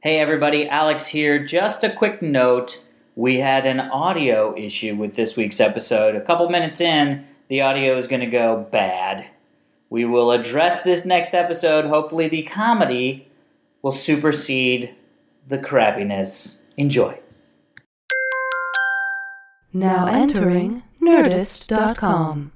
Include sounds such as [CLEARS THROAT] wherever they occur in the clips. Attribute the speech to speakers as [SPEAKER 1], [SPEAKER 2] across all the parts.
[SPEAKER 1] Hey everybody, Alex here. Just a quick note we had an audio issue with this week's episode. A couple minutes in, the audio is going to go bad. We will address this next episode. Hopefully, the comedy will supersede the crappiness. Enjoy.
[SPEAKER 2] Now entering Nerdist.com.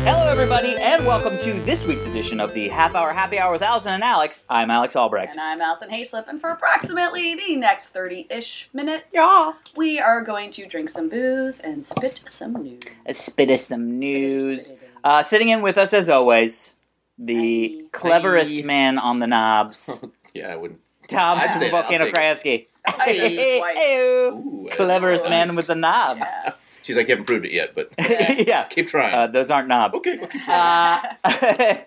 [SPEAKER 1] Hello, everybody, and welcome to this week's edition of the Half Hour Happy Hour with Allison and Alex. I'm Alex Albrecht.
[SPEAKER 3] And I'm Allison Hayslip, and for approximately the next 30 ish minutes,
[SPEAKER 1] Yeah.
[SPEAKER 3] we are going to drink some booze and spit some news.
[SPEAKER 1] Let's spit us some news.
[SPEAKER 3] Spit it, spit it.
[SPEAKER 1] Uh, sitting in with us, as always, the
[SPEAKER 3] Hey.
[SPEAKER 1] cleverest
[SPEAKER 4] Hey.
[SPEAKER 1] man on the
[SPEAKER 3] [LAUGHS]
[SPEAKER 1] knobs,
[SPEAKER 4] Yeah, I wouldn't.
[SPEAKER 1] Tom
[SPEAKER 4] I'd say- I'll
[SPEAKER 1] Volcano
[SPEAKER 4] take it.
[SPEAKER 1] Krajewski.
[SPEAKER 3] I said this twice.
[SPEAKER 1] Hey-o.
[SPEAKER 4] Ooh, I-
[SPEAKER 1] Cleverest
[SPEAKER 4] nice.
[SPEAKER 1] man with the knobs.
[SPEAKER 3] Yeah.
[SPEAKER 4] She's like, you haven't proved it yet, but
[SPEAKER 1] [LAUGHS] Yeah,
[SPEAKER 3] Yeah.
[SPEAKER 4] keep trying.
[SPEAKER 1] Uh, those aren't
[SPEAKER 3] [LAUGHS]
[SPEAKER 1] knobs.
[SPEAKER 4] okay, we'll keep trying.
[SPEAKER 1] Uh,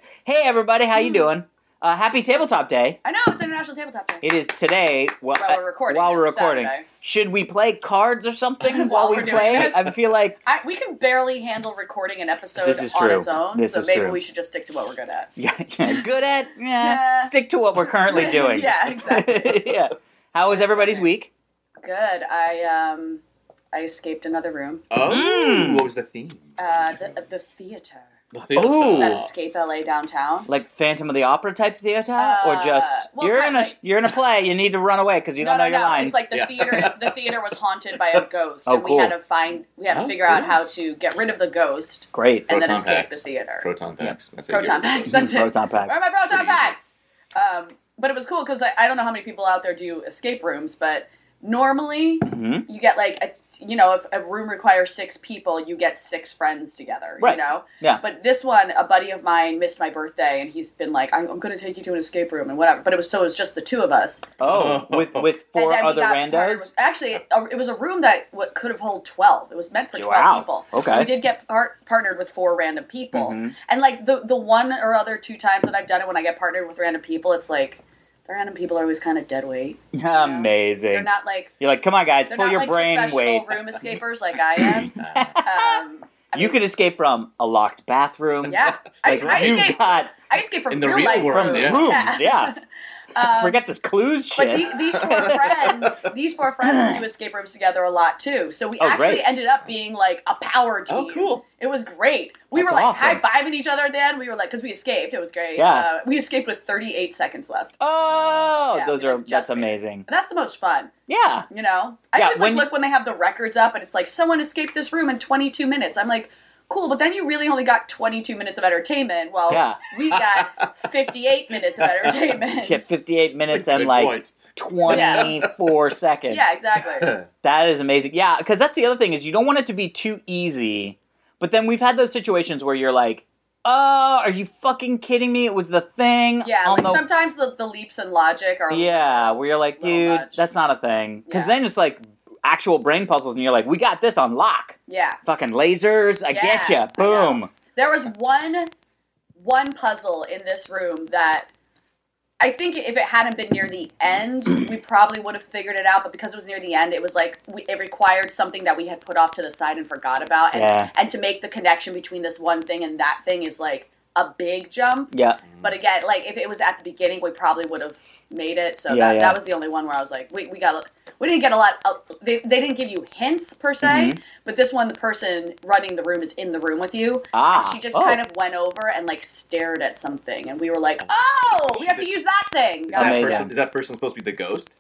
[SPEAKER 1] [LAUGHS] hey, everybody, how
[SPEAKER 3] Hmm.
[SPEAKER 1] you doing? Uh, happy Tabletop Day.
[SPEAKER 3] I know, it's International Tabletop Day.
[SPEAKER 1] It is today. Well,
[SPEAKER 3] While
[SPEAKER 1] uh,
[SPEAKER 3] we're recording.
[SPEAKER 1] while we're
[SPEAKER 3] it's
[SPEAKER 1] recording.
[SPEAKER 3] Saturday.
[SPEAKER 1] Should we play cards or
[SPEAKER 3] [LAUGHS]
[SPEAKER 1] something while,
[SPEAKER 3] While
[SPEAKER 1] we
[SPEAKER 3] we're doing
[SPEAKER 1] play?
[SPEAKER 3] this?
[SPEAKER 1] I feel
[SPEAKER 3] [LAUGHS]
[SPEAKER 1] like
[SPEAKER 3] I, we can barely handle recording an episode
[SPEAKER 1] This is
[SPEAKER 3] on
[SPEAKER 1] true.
[SPEAKER 3] its own,
[SPEAKER 1] This
[SPEAKER 3] so
[SPEAKER 1] is
[SPEAKER 3] maybe
[SPEAKER 1] true.
[SPEAKER 3] we should just stick to what we're good at.
[SPEAKER 1] yeah, good at yeah,
[SPEAKER 3] Yeah.
[SPEAKER 1] stick to what we're
[SPEAKER 3] [LAUGHS]
[SPEAKER 1] currently doing. [LAUGHS]
[SPEAKER 3] Yeah, exactly.
[SPEAKER 1] yeah. How was everybody's week?
[SPEAKER 3] Good. I um, I escaped another room.
[SPEAKER 4] oh,
[SPEAKER 1] Mm.
[SPEAKER 4] what was the theme?
[SPEAKER 3] Uh, the, the theater.
[SPEAKER 4] The theme
[SPEAKER 1] Oh.
[SPEAKER 3] That
[SPEAKER 4] song.
[SPEAKER 3] Escape LA downtown.
[SPEAKER 1] Like Phantom of the Opera type theater, or
[SPEAKER 3] Uh,
[SPEAKER 1] just
[SPEAKER 3] well,
[SPEAKER 1] you're in
[SPEAKER 3] kind
[SPEAKER 1] a
[SPEAKER 3] of like-
[SPEAKER 1] you're in a play, you need to run away because you don't
[SPEAKER 3] no,
[SPEAKER 1] know
[SPEAKER 3] no,
[SPEAKER 1] your
[SPEAKER 3] no.
[SPEAKER 1] lines.
[SPEAKER 3] It's like the
[SPEAKER 4] Yeah. [LAUGHS]
[SPEAKER 3] theater. the theater was haunted by a ghost,
[SPEAKER 1] Oh,
[SPEAKER 3] and
[SPEAKER 1] cool.
[SPEAKER 3] we had to find. We had to
[SPEAKER 4] Oh,
[SPEAKER 3] figure out
[SPEAKER 4] cool.
[SPEAKER 3] how to get rid of the ghost
[SPEAKER 1] Great,
[SPEAKER 3] and then
[SPEAKER 4] Proton
[SPEAKER 3] escape
[SPEAKER 4] packs.
[SPEAKER 3] the theater.
[SPEAKER 4] Proton packs. That's how you
[SPEAKER 3] Proton
[SPEAKER 4] get rid of
[SPEAKER 3] packs. [LAUGHS]
[SPEAKER 4] those.
[SPEAKER 3] That's it.
[SPEAKER 1] proton
[SPEAKER 3] Where
[SPEAKER 1] pack.
[SPEAKER 3] [LAUGHS] are my proton
[SPEAKER 4] Pretty easy.
[SPEAKER 3] packs? Um, but it was cool because I, I don't know how many people out there do escape rooms, but normally
[SPEAKER 1] hmm
[SPEAKER 3] you get like a you know if a room requires six people you get six friends together
[SPEAKER 1] Right.
[SPEAKER 3] you know
[SPEAKER 1] Yeah.
[SPEAKER 3] but this one a buddy of mine missed my birthday and he's been like i'm, I'm going to take you to an escape room and whatever but it was so it was just the two of us
[SPEAKER 1] Oh, with with
[SPEAKER 3] And
[SPEAKER 1] four
[SPEAKER 3] then we
[SPEAKER 1] other
[SPEAKER 3] got partnered
[SPEAKER 1] randos.
[SPEAKER 3] with- actually it- it was a room that what could have held 12 it was meant for 12
[SPEAKER 1] Wow.
[SPEAKER 3] people we
[SPEAKER 1] Okay.
[SPEAKER 3] did get par- partnered with four random people
[SPEAKER 1] Mhm.
[SPEAKER 3] and like the the one or other two times that i've done it when i get partnered with random people it's like the random people are always kind of dead weight they're
[SPEAKER 1] Amazing.
[SPEAKER 3] not like
[SPEAKER 1] You're like, come on, guys,
[SPEAKER 3] they're
[SPEAKER 1] pull
[SPEAKER 3] not
[SPEAKER 1] your
[SPEAKER 3] like
[SPEAKER 1] brain
[SPEAKER 3] professional
[SPEAKER 1] weight. [LAUGHS]
[SPEAKER 3] room escapers like i am
[SPEAKER 4] Ah,
[SPEAKER 3] um, I
[SPEAKER 1] you
[SPEAKER 3] mean,
[SPEAKER 1] could escape from a locked bathroom.
[SPEAKER 3] Yeah, I,
[SPEAKER 1] Like,
[SPEAKER 3] I
[SPEAKER 1] you
[SPEAKER 3] escaped.
[SPEAKER 1] got
[SPEAKER 3] I escaped from
[SPEAKER 4] In the
[SPEAKER 3] real
[SPEAKER 4] real
[SPEAKER 3] life
[SPEAKER 4] world,
[SPEAKER 3] rooms. [LAUGHS]
[SPEAKER 4] yeah.
[SPEAKER 1] rooms, yeah.
[SPEAKER 3] Um,
[SPEAKER 1] Forget this clues shit.
[SPEAKER 3] But the, these
[SPEAKER 1] [LAUGHS]
[SPEAKER 3] four friends, these four friends do escape rooms together a lot too. So we
[SPEAKER 1] Oh,
[SPEAKER 3] actually
[SPEAKER 1] great.
[SPEAKER 3] ended up being like a power team.
[SPEAKER 4] oh, cool.
[SPEAKER 3] It was great. We
[SPEAKER 1] That's
[SPEAKER 3] were like
[SPEAKER 1] awesome.
[SPEAKER 3] high fiving each other then. We were like, because we escaped. It was great.
[SPEAKER 1] Yeah.
[SPEAKER 3] Uh, we escaped with 38 seconds left.
[SPEAKER 1] oh,
[SPEAKER 3] Yeah,
[SPEAKER 1] those
[SPEAKER 3] we, like,
[SPEAKER 1] are
[SPEAKER 3] just
[SPEAKER 1] that's
[SPEAKER 3] made it.
[SPEAKER 1] amazing.
[SPEAKER 3] And that's the most fun,
[SPEAKER 1] Yeah.
[SPEAKER 3] you know? I
[SPEAKER 1] Yeah,
[SPEAKER 3] always
[SPEAKER 1] when-
[SPEAKER 3] like, look when they have the records up and it's like, someone escaped this room in 22 minutes. I'm like, cool, but then you really only got 22 minutes of entertainment. Well,
[SPEAKER 1] Yeah. [LAUGHS]
[SPEAKER 3] we got 58 minutes of entertainment.
[SPEAKER 1] Shit, 58 minutes
[SPEAKER 4] That's a
[SPEAKER 1] and
[SPEAKER 4] good
[SPEAKER 1] like
[SPEAKER 4] point.
[SPEAKER 1] 24 seconds. [LAUGHS]
[SPEAKER 3] Yeah, [LAUGHS] exactly.
[SPEAKER 1] That is amazing. Yeah, because that's the other thing is you don't want it to be too easy. But then we've had those situations where you're like, oh, are you fucking kidding me? It was the thing.
[SPEAKER 3] Yeah,
[SPEAKER 1] on
[SPEAKER 3] like
[SPEAKER 1] the-
[SPEAKER 3] sometimes the, the leaps in logic are
[SPEAKER 1] Yeah, where you're like,
[SPEAKER 3] Little
[SPEAKER 1] dude,
[SPEAKER 3] much.
[SPEAKER 1] that's not a thing. Because
[SPEAKER 3] Yeah.
[SPEAKER 1] then it's like actual brain puzzles, and you're like, we got this on lock.
[SPEAKER 3] yeah.
[SPEAKER 1] Fucking lasers, I get
[SPEAKER 3] Yeah,
[SPEAKER 1] ya. Boom.
[SPEAKER 3] There was one one puzzle in this room that I think if it hadn't been near the
[SPEAKER 1] Mm.
[SPEAKER 3] end, we probably would have figured it out. But because it was near the end, it was like we, it required something that we had put off to the side and forgot about. And,
[SPEAKER 1] Yeah.
[SPEAKER 3] and to make the connection between this one thing and that thing is like a big jump.
[SPEAKER 1] Yeah.
[SPEAKER 3] But again, like if it was at the beginning, we probably would have made it. So
[SPEAKER 1] Yeah,
[SPEAKER 3] that,
[SPEAKER 1] yeah.
[SPEAKER 3] that was the only one where I was like, we, we got a- we didn't get a lot. Of, they, they didn't give you hints per se,
[SPEAKER 1] Mhm.
[SPEAKER 3] but this one, the person running the room is in the room with you.
[SPEAKER 1] Ah.
[SPEAKER 3] she just
[SPEAKER 1] oh.
[SPEAKER 3] kind of went over and like stared at something, and we were like, oh, we have to use that thing.
[SPEAKER 4] Is
[SPEAKER 3] No,
[SPEAKER 4] that,
[SPEAKER 1] Amazing.
[SPEAKER 4] person, is that person supposed to be the ghost?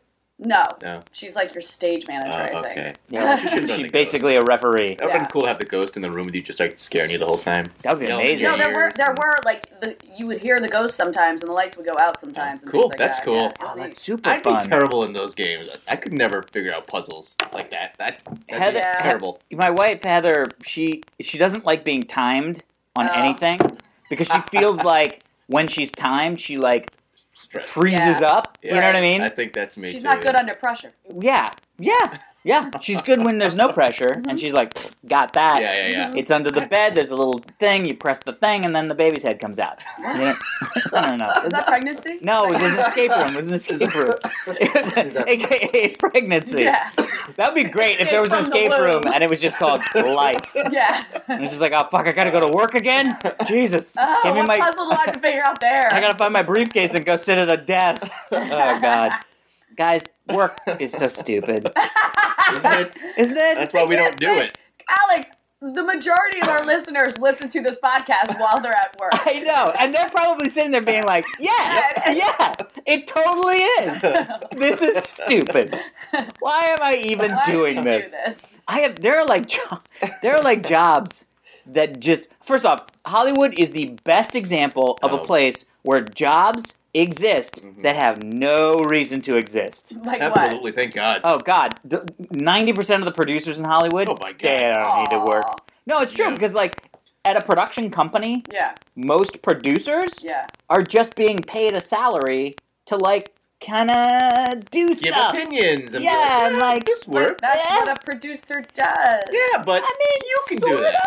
[SPEAKER 3] no.
[SPEAKER 4] No.
[SPEAKER 3] she's like your stage manager,
[SPEAKER 4] Oh,
[SPEAKER 3] I think.
[SPEAKER 4] okay.
[SPEAKER 3] [LAUGHS]
[SPEAKER 1] Yeah,
[SPEAKER 4] she should have done
[SPEAKER 1] She's
[SPEAKER 4] the ghost.
[SPEAKER 1] basically a referee.
[SPEAKER 4] That would have
[SPEAKER 3] Yeah.
[SPEAKER 4] been cool to have the ghost in the room with you, just like scaring you the whole time.
[SPEAKER 1] That would be
[SPEAKER 4] Yeah,
[SPEAKER 1] amazing.
[SPEAKER 3] No, there were
[SPEAKER 4] Ears
[SPEAKER 3] there
[SPEAKER 4] and-
[SPEAKER 3] were like the, you would hear the ghosts sometimes, and the lights would go out sometimes. and things
[SPEAKER 4] Cool,
[SPEAKER 3] like
[SPEAKER 4] that's
[SPEAKER 3] that.
[SPEAKER 4] cool.
[SPEAKER 3] Yeah, it was
[SPEAKER 1] Oh,
[SPEAKER 3] neat.
[SPEAKER 1] that's super
[SPEAKER 4] I'd be
[SPEAKER 1] fun.
[SPEAKER 4] terrible in those games. I could never figure out puzzles like that. That that'd
[SPEAKER 1] Heather-
[SPEAKER 4] be
[SPEAKER 3] Yeah.
[SPEAKER 4] terrible.
[SPEAKER 1] My wife Heather, she she doesn't like being timed on
[SPEAKER 3] Oh.
[SPEAKER 1] anything because she
[SPEAKER 3] [LAUGHS]
[SPEAKER 1] feels like when she's timed, she like
[SPEAKER 4] Stress.
[SPEAKER 1] freezes up. You know what I mean?
[SPEAKER 4] I think that's me.
[SPEAKER 3] She's
[SPEAKER 4] too.
[SPEAKER 3] not good under pressure.
[SPEAKER 1] yeah, yeah. Yeah, she's good when there's no pressure,
[SPEAKER 3] Mm-hmm.
[SPEAKER 1] and she's like, got that.
[SPEAKER 4] Yeah, yeah, yeah.
[SPEAKER 1] It's under the bed. There's a little thing. You press the thing, and then the baby's head comes out. You know? I don't know.
[SPEAKER 3] [LAUGHS] Is that pregnancy?
[SPEAKER 1] No, it was an
[SPEAKER 3] [LAUGHS]
[SPEAKER 1] escape room. It was an escape room.
[SPEAKER 5] Is
[SPEAKER 1] [LAUGHS]
[SPEAKER 5] that-
[SPEAKER 1] AKA pregnancy.
[SPEAKER 3] Yeah,
[SPEAKER 1] That'd be great if there was an
[SPEAKER 3] Escape
[SPEAKER 1] escape
[SPEAKER 3] from the
[SPEAKER 1] room
[SPEAKER 3] womb.
[SPEAKER 1] and it was just
[SPEAKER 3] [LAUGHS]
[SPEAKER 1] called life. [LAUGHS]
[SPEAKER 3] yeah.
[SPEAKER 1] And it's just like, oh fuck, I gotta go to work again. Jesus,
[SPEAKER 3] [LAUGHS] Oh,
[SPEAKER 1] give me
[SPEAKER 3] what
[SPEAKER 1] my.
[SPEAKER 3] puzzle
[SPEAKER 1] [LAUGHS]
[SPEAKER 3] do I have to figure out there?
[SPEAKER 1] I gotta find my briefcase and go sit at a desk. Oh god, guys, work is so stupid,
[SPEAKER 3] [LAUGHS]
[SPEAKER 4] Isn't it?
[SPEAKER 1] isn't it?
[SPEAKER 4] That's why we don't do it.
[SPEAKER 3] Alex, the majority of our listeners listen to this podcast while they're at
[SPEAKER 1] [LAUGHS]
[SPEAKER 3] work.
[SPEAKER 1] [LAUGHS] I know, and they're probably sitting there being like, yeah, yeah, it totally is. This is
[SPEAKER 3] [LAUGHS]
[SPEAKER 1] stupid. Why am I even
[SPEAKER 3] Why do
[SPEAKER 1] doing
[SPEAKER 3] we
[SPEAKER 1] this?
[SPEAKER 3] Do this?
[SPEAKER 1] I have. There are like [LAUGHS] jo- there are like jobs that just. First off, Hollywood is the best example of
[SPEAKER 4] Oh.
[SPEAKER 1] a place where jobs exist
[SPEAKER 4] Mhm.
[SPEAKER 1] that have no reason to exist.
[SPEAKER 3] Like what?
[SPEAKER 4] Absolutely, thank God.
[SPEAKER 1] Oh God, ninety percent of the producers in Hollywood
[SPEAKER 4] Oh, my God.
[SPEAKER 1] they don't need to work.
[SPEAKER 3] Aw.
[SPEAKER 1] No, it's true
[SPEAKER 4] Yeah.
[SPEAKER 1] because like at a production company,
[SPEAKER 3] Yeah,
[SPEAKER 1] most producers
[SPEAKER 3] yeah.
[SPEAKER 1] are just being paid a salary to like kind of do
[SPEAKER 4] Give
[SPEAKER 1] stuff.
[SPEAKER 4] opinions and
[SPEAKER 1] Yeah,
[SPEAKER 4] be like, "Ah,
[SPEAKER 1] and like-
[SPEAKER 4] this works.
[SPEAKER 3] That's
[SPEAKER 1] Yeah.
[SPEAKER 3] what a producer does.
[SPEAKER 4] Yeah, but
[SPEAKER 1] I mean,
[SPEAKER 4] you can
[SPEAKER 1] sort
[SPEAKER 4] do that.
[SPEAKER 1] of.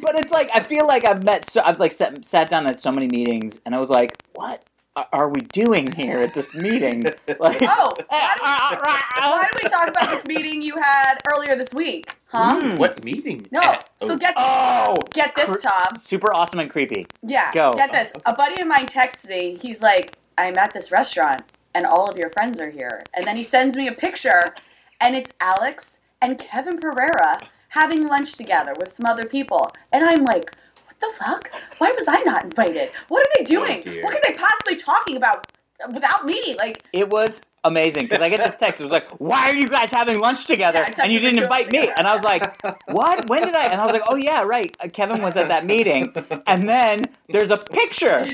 [SPEAKER 1] But it's like I feel like I've met so I've like sat, sat down at so many meetings and I was like, what a- are we doing here at this
[SPEAKER 4] [LAUGHS]
[SPEAKER 1] meeting? [LAUGHS] Like,
[SPEAKER 3] Oh, why do, why do we talk about this meeting you had earlier this week? Huh?
[SPEAKER 1] Mm.
[SPEAKER 4] What meeting?
[SPEAKER 3] No.
[SPEAKER 4] At-
[SPEAKER 3] So get
[SPEAKER 1] Oh,
[SPEAKER 3] get this,
[SPEAKER 1] cr-
[SPEAKER 3] Tom.
[SPEAKER 1] super awesome and creepy.
[SPEAKER 3] Yeah.
[SPEAKER 1] Go.
[SPEAKER 3] Get this. A buddy of mine texts me. He's like, I'm at this restaurant and all of your friends are here. And then he sends me a picture and it's Alex and Kevin Pereira having lunch together with some other people. And I'm like, what the fuck? Why was I not invited? What are they
[SPEAKER 1] Oh,
[SPEAKER 3] doing?
[SPEAKER 4] dear.
[SPEAKER 3] what could they possibly talking about without me? Like, [LAUGHS]
[SPEAKER 1] It was amazing because I get this text. It was like, "Why are you guys having lunch together?"
[SPEAKER 3] Yeah, I texted
[SPEAKER 1] and you
[SPEAKER 3] the two
[SPEAKER 1] didn't
[SPEAKER 3] of
[SPEAKER 1] invite me.
[SPEAKER 3] them.
[SPEAKER 1] And I was like, "What? When did I?" And I was like, "Oh yeah, right. Uh, Kevin was at that meeting." And then there's a picture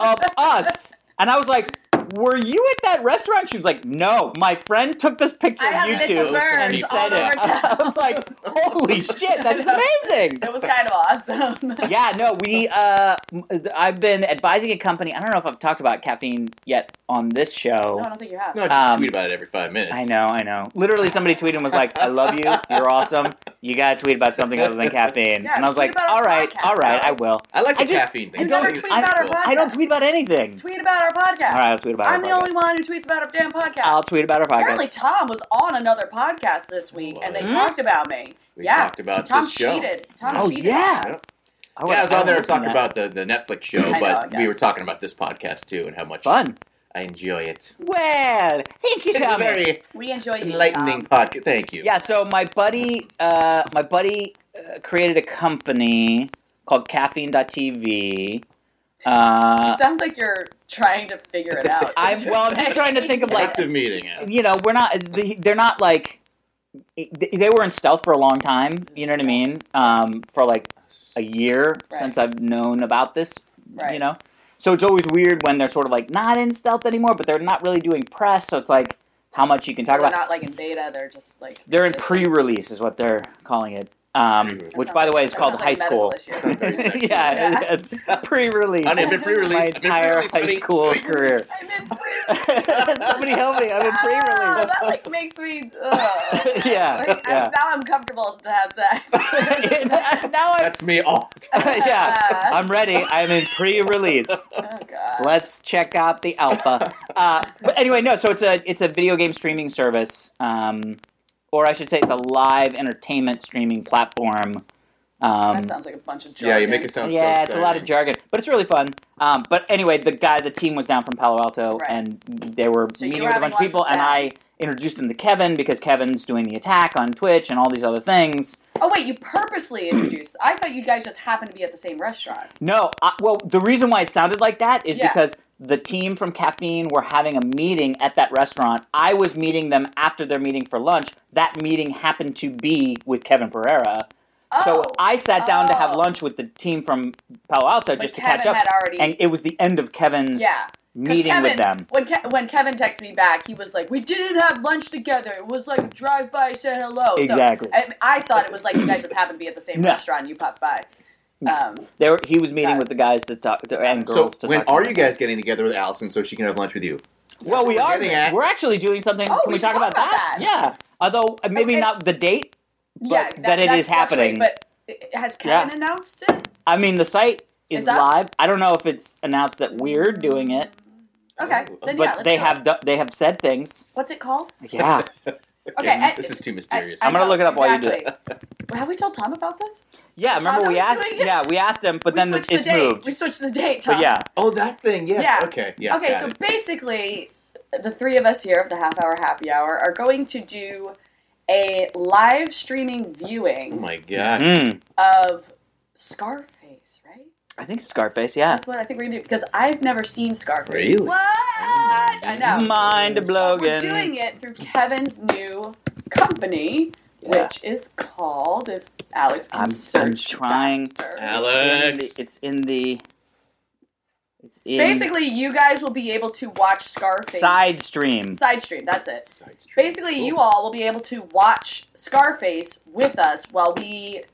[SPEAKER 1] of us, and I was like. Were you at that restaurant? She was like, "No, my friend took this picture
[SPEAKER 3] I
[SPEAKER 1] of
[SPEAKER 3] have
[SPEAKER 1] you
[SPEAKER 3] little
[SPEAKER 1] two
[SPEAKER 4] burns
[SPEAKER 1] and
[SPEAKER 4] all
[SPEAKER 1] said it."
[SPEAKER 3] over
[SPEAKER 1] [LAUGHS] I
[SPEAKER 3] [LAUGHS]
[SPEAKER 1] was like,
[SPEAKER 4] [LAUGHS]
[SPEAKER 1] "Holy shit, that's amazing!"
[SPEAKER 3] it was kind of awesome.
[SPEAKER 1] yeah, no, we. Uh, I've been advising a company. I don't know if I've talked about caffeine yet on this show.
[SPEAKER 3] No, [LAUGHS] I don't think you have.
[SPEAKER 4] No, just
[SPEAKER 1] Um,
[SPEAKER 4] tweet about it every five minutes.
[SPEAKER 1] I know, I know. Literally, somebody tweeted and was like, "I love you. You're awesome. You gotta tweet about something other than caffeine."
[SPEAKER 3] [LAUGHS] Yeah,
[SPEAKER 1] and I was like,
[SPEAKER 3] tweet about our
[SPEAKER 1] "All right,
[SPEAKER 3] podcast,
[SPEAKER 1] all right, I
[SPEAKER 3] Alex.
[SPEAKER 1] will."
[SPEAKER 4] I like the
[SPEAKER 1] I just-
[SPEAKER 4] caffeine thing.
[SPEAKER 1] I
[SPEAKER 4] You
[SPEAKER 1] don't-
[SPEAKER 4] think it's
[SPEAKER 3] I-
[SPEAKER 4] cool.
[SPEAKER 3] about our
[SPEAKER 1] I don't tweet about anything.
[SPEAKER 3] Tweet about our podcast.
[SPEAKER 1] All right, I'll tweet about.
[SPEAKER 3] I'm
[SPEAKER 1] our
[SPEAKER 3] the
[SPEAKER 1] podcast.
[SPEAKER 3] only one who tweets about our damn podcast.
[SPEAKER 1] I'll tweet about our podcast.
[SPEAKER 3] Apparently, Tom was on another podcast this week, and they
[SPEAKER 4] What?
[SPEAKER 3] talked about me.
[SPEAKER 4] We
[SPEAKER 3] yeah,
[SPEAKER 4] talked about
[SPEAKER 3] Tom
[SPEAKER 4] this show.
[SPEAKER 3] cheated. Tom
[SPEAKER 1] mm-hmm. oh
[SPEAKER 3] cheated.
[SPEAKER 1] yeah.
[SPEAKER 4] Yeah, I was
[SPEAKER 1] went-
[SPEAKER 4] on there
[SPEAKER 1] listened
[SPEAKER 4] talking
[SPEAKER 1] to that.
[SPEAKER 4] about the, the Netflix show,
[SPEAKER 3] I know,
[SPEAKER 4] but
[SPEAKER 3] I
[SPEAKER 4] we
[SPEAKER 3] guess.
[SPEAKER 4] were talking about this podcast too and how much
[SPEAKER 1] fun.
[SPEAKER 4] I enjoy it.
[SPEAKER 1] Well, thank you,
[SPEAKER 4] It's a
[SPEAKER 1] Tommy.
[SPEAKER 4] very
[SPEAKER 3] We enjoy you,
[SPEAKER 4] enlightening podcast. Thank you.
[SPEAKER 1] Yeah, so my buddy, uh, my buddy uh, created a company called Caffeine.tv.
[SPEAKER 3] Tom.
[SPEAKER 1] Uh,
[SPEAKER 3] You sound like you're trying to figure it out.
[SPEAKER 1] [LAUGHS] I'm well. I'm just trying to think of like
[SPEAKER 4] Productive meeting. yeah.
[SPEAKER 1] you know, we're not. they- They're not like. They they were in stealth for a long time. You know what I mean? Um, for like
[SPEAKER 4] [LAUGHS]
[SPEAKER 1] a year
[SPEAKER 3] Right.
[SPEAKER 1] since I've known about this.
[SPEAKER 3] Right.
[SPEAKER 1] You know, so it's always weird when they're sort of like not in stealth anymore, but they're not really doing press. So it's like how much you can talk
[SPEAKER 3] They're
[SPEAKER 1] about.
[SPEAKER 3] not like in beta. They're just like
[SPEAKER 1] they're in pre-release, is what they're calling it. Um,
[SPEAKER 4] Pre-release.
[SPEAKER 1] which, by the way, is
[SPEAKER 3] That
[SPEAKER 1] called
[SPEAKER 3] sounds
[SPEAKER 1] high
[SPEAKER 3] like medical
[SPEAKER 1] school.
[SPEAKER 3] issues.
[SPEAKER 4] Very
[SPEAKER 1] [LAUGHS] yeah,
[SPEAKER 4] sexy.
[SPEAKER 3] [LAUGHS]
[SPEAKER 1] It's, it's pre-release.
[SPEAKER 4] I've been pre-release.
[SPEAKER 1] My
[SPEAKER 4] I've been
[SPEAKER 1] entire
[SPEAKER 4] pre-release,
[SPEAKER 1] high
[SPEAKER 4] buddy.
[SPEAKER 1] school career. [LAUGHS]
[SPEAKER 3] I'm in pre.
[SPEAKER 1] Somebody help me! [LAUGHS] I'm in
[SPEAKER 3] Oh,
[SPEAKER 1] pre-release.
[SPEAKER 3] that like makes me. Ugh.
[SPEAKER 1] [LAUGHS] Yeah,
[SPEAKER 3] [LAUGHS] Like,
[SPEAKER 1] yeah.
[SPEAKER 3] I'm, now I'm comfortable to have sex.
[SPEAKER 1] [LAUGHS] now I'm
[SPEAKER 4] That's me all the time. [LAUGHS]
[SPEAKER 1] yeah, I'm ready. I'm in pre-release.
[SPEAKER 3] [LAUGHS] oh god.
[SPEAKER 1] Let's check out the alpha. Uh, but anyway, no. So it's a it's a video game streaming service, um, or I should say, it's a live entertainment streaming platform.
[SPEAKER 3] that
[SPEAKER 1] Um,
[SPEAKER 3] sounds like a bunch of.
[SPEAKER 4] Yeah, you
[SPEAKER 3] jargon.
[SPEAKER 4] make it sound so
[SPEAKER 1] yeah, it's a lot of
[SPEAKER 4] exciting.
[SPEAKER 1] jargon, but it's really fun. Um, but anyway, the guy, the team was down from Palo Alto,
[SPEAKER 3] Right.
[SPEAKER 1] and they were
[SPEAKER 3] So you
[SPEAKER 1] meeting
[SPEAKER 3] were
[SPEAKER 1] with a
[SPEAKER 3] having
[SPEAKER 1] bunch of people,
[SPEAKER 3] lunch with
[SPEAKER 1] and I introduced them to Kevin because Kevin's doing the attack on Twitch and all these other things.
[SPEAKER 3] Oh wait, you
[SPEAKER 1] [CLEARS THROAT]
[SPEAKER 3] purposely introduced. I thought you guys just happened to be at the same restaurant.
[SPEAKER 1] No, I, well, the reason why it sounded like that is
[SPEAKER 3] Yeah.
[SPEAKER 1] because the team from Caffeine were having a meeting at that restaurant. I was meeting them after their meeting for lunch. That meeting happened to be with Kevin Pereira.
[SPEAKER 3] Oh,
[SPEAKER 1] So I sat down to have
[SPEAKER 3] Oh.
[SPEAKER 1] lunch with the team from Palo Alto
[SPEAKER 3] But
[SPEAKER 1] just to
[SPEAKER 3] Kevin
[SPEAKER 1] catch up.
[SPEAKER 3] had already.
[SPEAKER 1] and it was the end of Kevin's
[SPEAKER 3] yeah, 'Cause
[SPEAKER 1] meeting
[SPEAKER 3] Kevin,
[SPEAKER 1] with them.
[SPEAKER 3] When Ke- when Kevin texted me back, he was like, "We didn't have lunch together. It was like drive by, say hello."
[SPEAKER 1] Exactly.
[SPEAKER 3] So, I, I thought it was like you guys just happened to be at the same
[SPEAKER 1] [CLEARS THROAT] No.
[SPEAKER 3] restaurant. and You popped by. Um,
[SPEAKER 1] They were, he was meeting
[SPEAKER 3] Got
[SPEAKER 1] with
[SPEAKER 3] it.
[SPEAKER 1] the guys to talk to, and
[SPEAKER 4] So
[SPEAKER 1] girls to
[SPEAKER 4] when
[SPEAKER 1] talk.
[SPEAKER 4] are
[SPEAKER 1] to
[SPEAKER 4] you guys getting together with Allison so she can have lunch with you?
[SPEAKER 1] Well, we
[SPEAKER 4] We're
[SPEAKER 1] are.
[SPEAKER 4] getting at-
[SPEAKER 1] We're actually doing something.
[SPEAKER 3] Oh,
[SPEAKER 1] Can we,
[SPEAKER 3] we should
[SPEAKER 1] talk about,
[SPEAKER 3] talk about
[SPEAKER 1] that? Yeah. Although uh, maybe
[SPEAKER 3] Okay.
[SPEAKER 1] not the date.
[SPEAKER 3] yeah,
[SPEAKER 1] that it
[SPEAKER 3] that's
[SPEAKER 1] is happening.
[SPEAKER 3] fluctuating, But i- has Kevin
[SPEAKER 1] Yeah.
[SPEAKER 3] announced it?
[SPEAKER 1] I mean, the site is,
[SPEAKER 3] Is that-
[SPEAKER 1] live. I don't know if it's announced that we're doing it,
[SPEAKER 3] Okay, then yeah,
[SPEAKER 1] but
[SPEAKER 3] let's
[SPEAKER 1] they
[SPEAKER 3] do it.
[SPEAKER 1] have do- they have said things.
[SPEAKER 3] What's it called?
[SPEAKER 4] [LAUGHS]
[SPEAKER 1] Yeah.
[SPEAKER 3] Okay,
[SPEAKER 4] Yeah,
[SPEAKER 3] I-
[SPEAKER 4] this is too
[SPEAKER 3] I-
[SPEAKER 4] mysterious.
[SPEAKER 1] I'm
[SPEAKER 3] I
[SPEAKER 1] gonna
[SPEAKER 3] know,
[SPEAKER 1] look it up while you do
[SPEAKER 3] exactly. Well, have we told Tom about this?
[SPEAKER 1] [LAUGHS] Yeah. Remember
[SPEAKER 3] no,
[SPEAKER 1] we
[SPEAKER 3] we're
[SPEAKER 1] asked.
[SPEAKER 3] doing it.
[SPEAKER 1] Yeah, we asked him, but
[SPEAKER 3] we
[SPEAKER 1] then
[SPEAKER 3] switched
[SPEAKER 1] it's
[SPEAKER 3] the date.
[SPEAKER 1] moved.
[SPEAKER 3] We switched the date, Tom.
[SPEAKER 1] But yeah,
[SPEAKER 4] oh, that thing. Yes.
[SPEAKER 3] Yeah.
[SPEAKER 4] Okay. Yeah.
[SPEAKER 3] okay,
[SPEAKER 4] got
[SPEAKER 3] so [LAUGHS]
[SPEAKER 4] it.
[SPEAKER 3] basically, the three of us here of the half hour happy hour are going to do a live streaming
[SPEAKER 4] Oh
[SPEAKER 3] viewing
[SPEAKER 4] my god.
[SPEAKER 1] Mm.
[SPEAKER 3] of Scarface, right?
[SPEAKER 1] I think Scarface. Yeah.
[SPEAKER 3] That's what I think we're gonna do because I've never seen Scarface.
[SPEAKER 4] Really?
[SPEAKER 3] What?
[SPEAKER 4] Oh
[SPEAKER 3] I know.
[SPEAKER 1] Mind
[SPEAKER 3] But We're
[SPEAKER 1] blogging.
[SPEAKER 3] doing it through Kevin's new company,
[SPEAKER 1] Yeah.
[SPEAKER 3] which is called. If Alex can
[SPEAKER 1] I'm- I'm
[SPEAKER 3] search
[SPEAKER 1] trying.
[SPEAKER 3] faster.
[SPEAKER 4] Alex.
[SPEAKER 1] It's in the. It's in
[SPEAKER 3] Basically, you guys will be able to watch Scarface
[SPEAKER 1] side stream.
[SPEAKER 3] side stream. That's it.
[SPEAKER 4] Side stream.
[SPEAKER 3] Basically, you all will be able to watch Scarface with us while we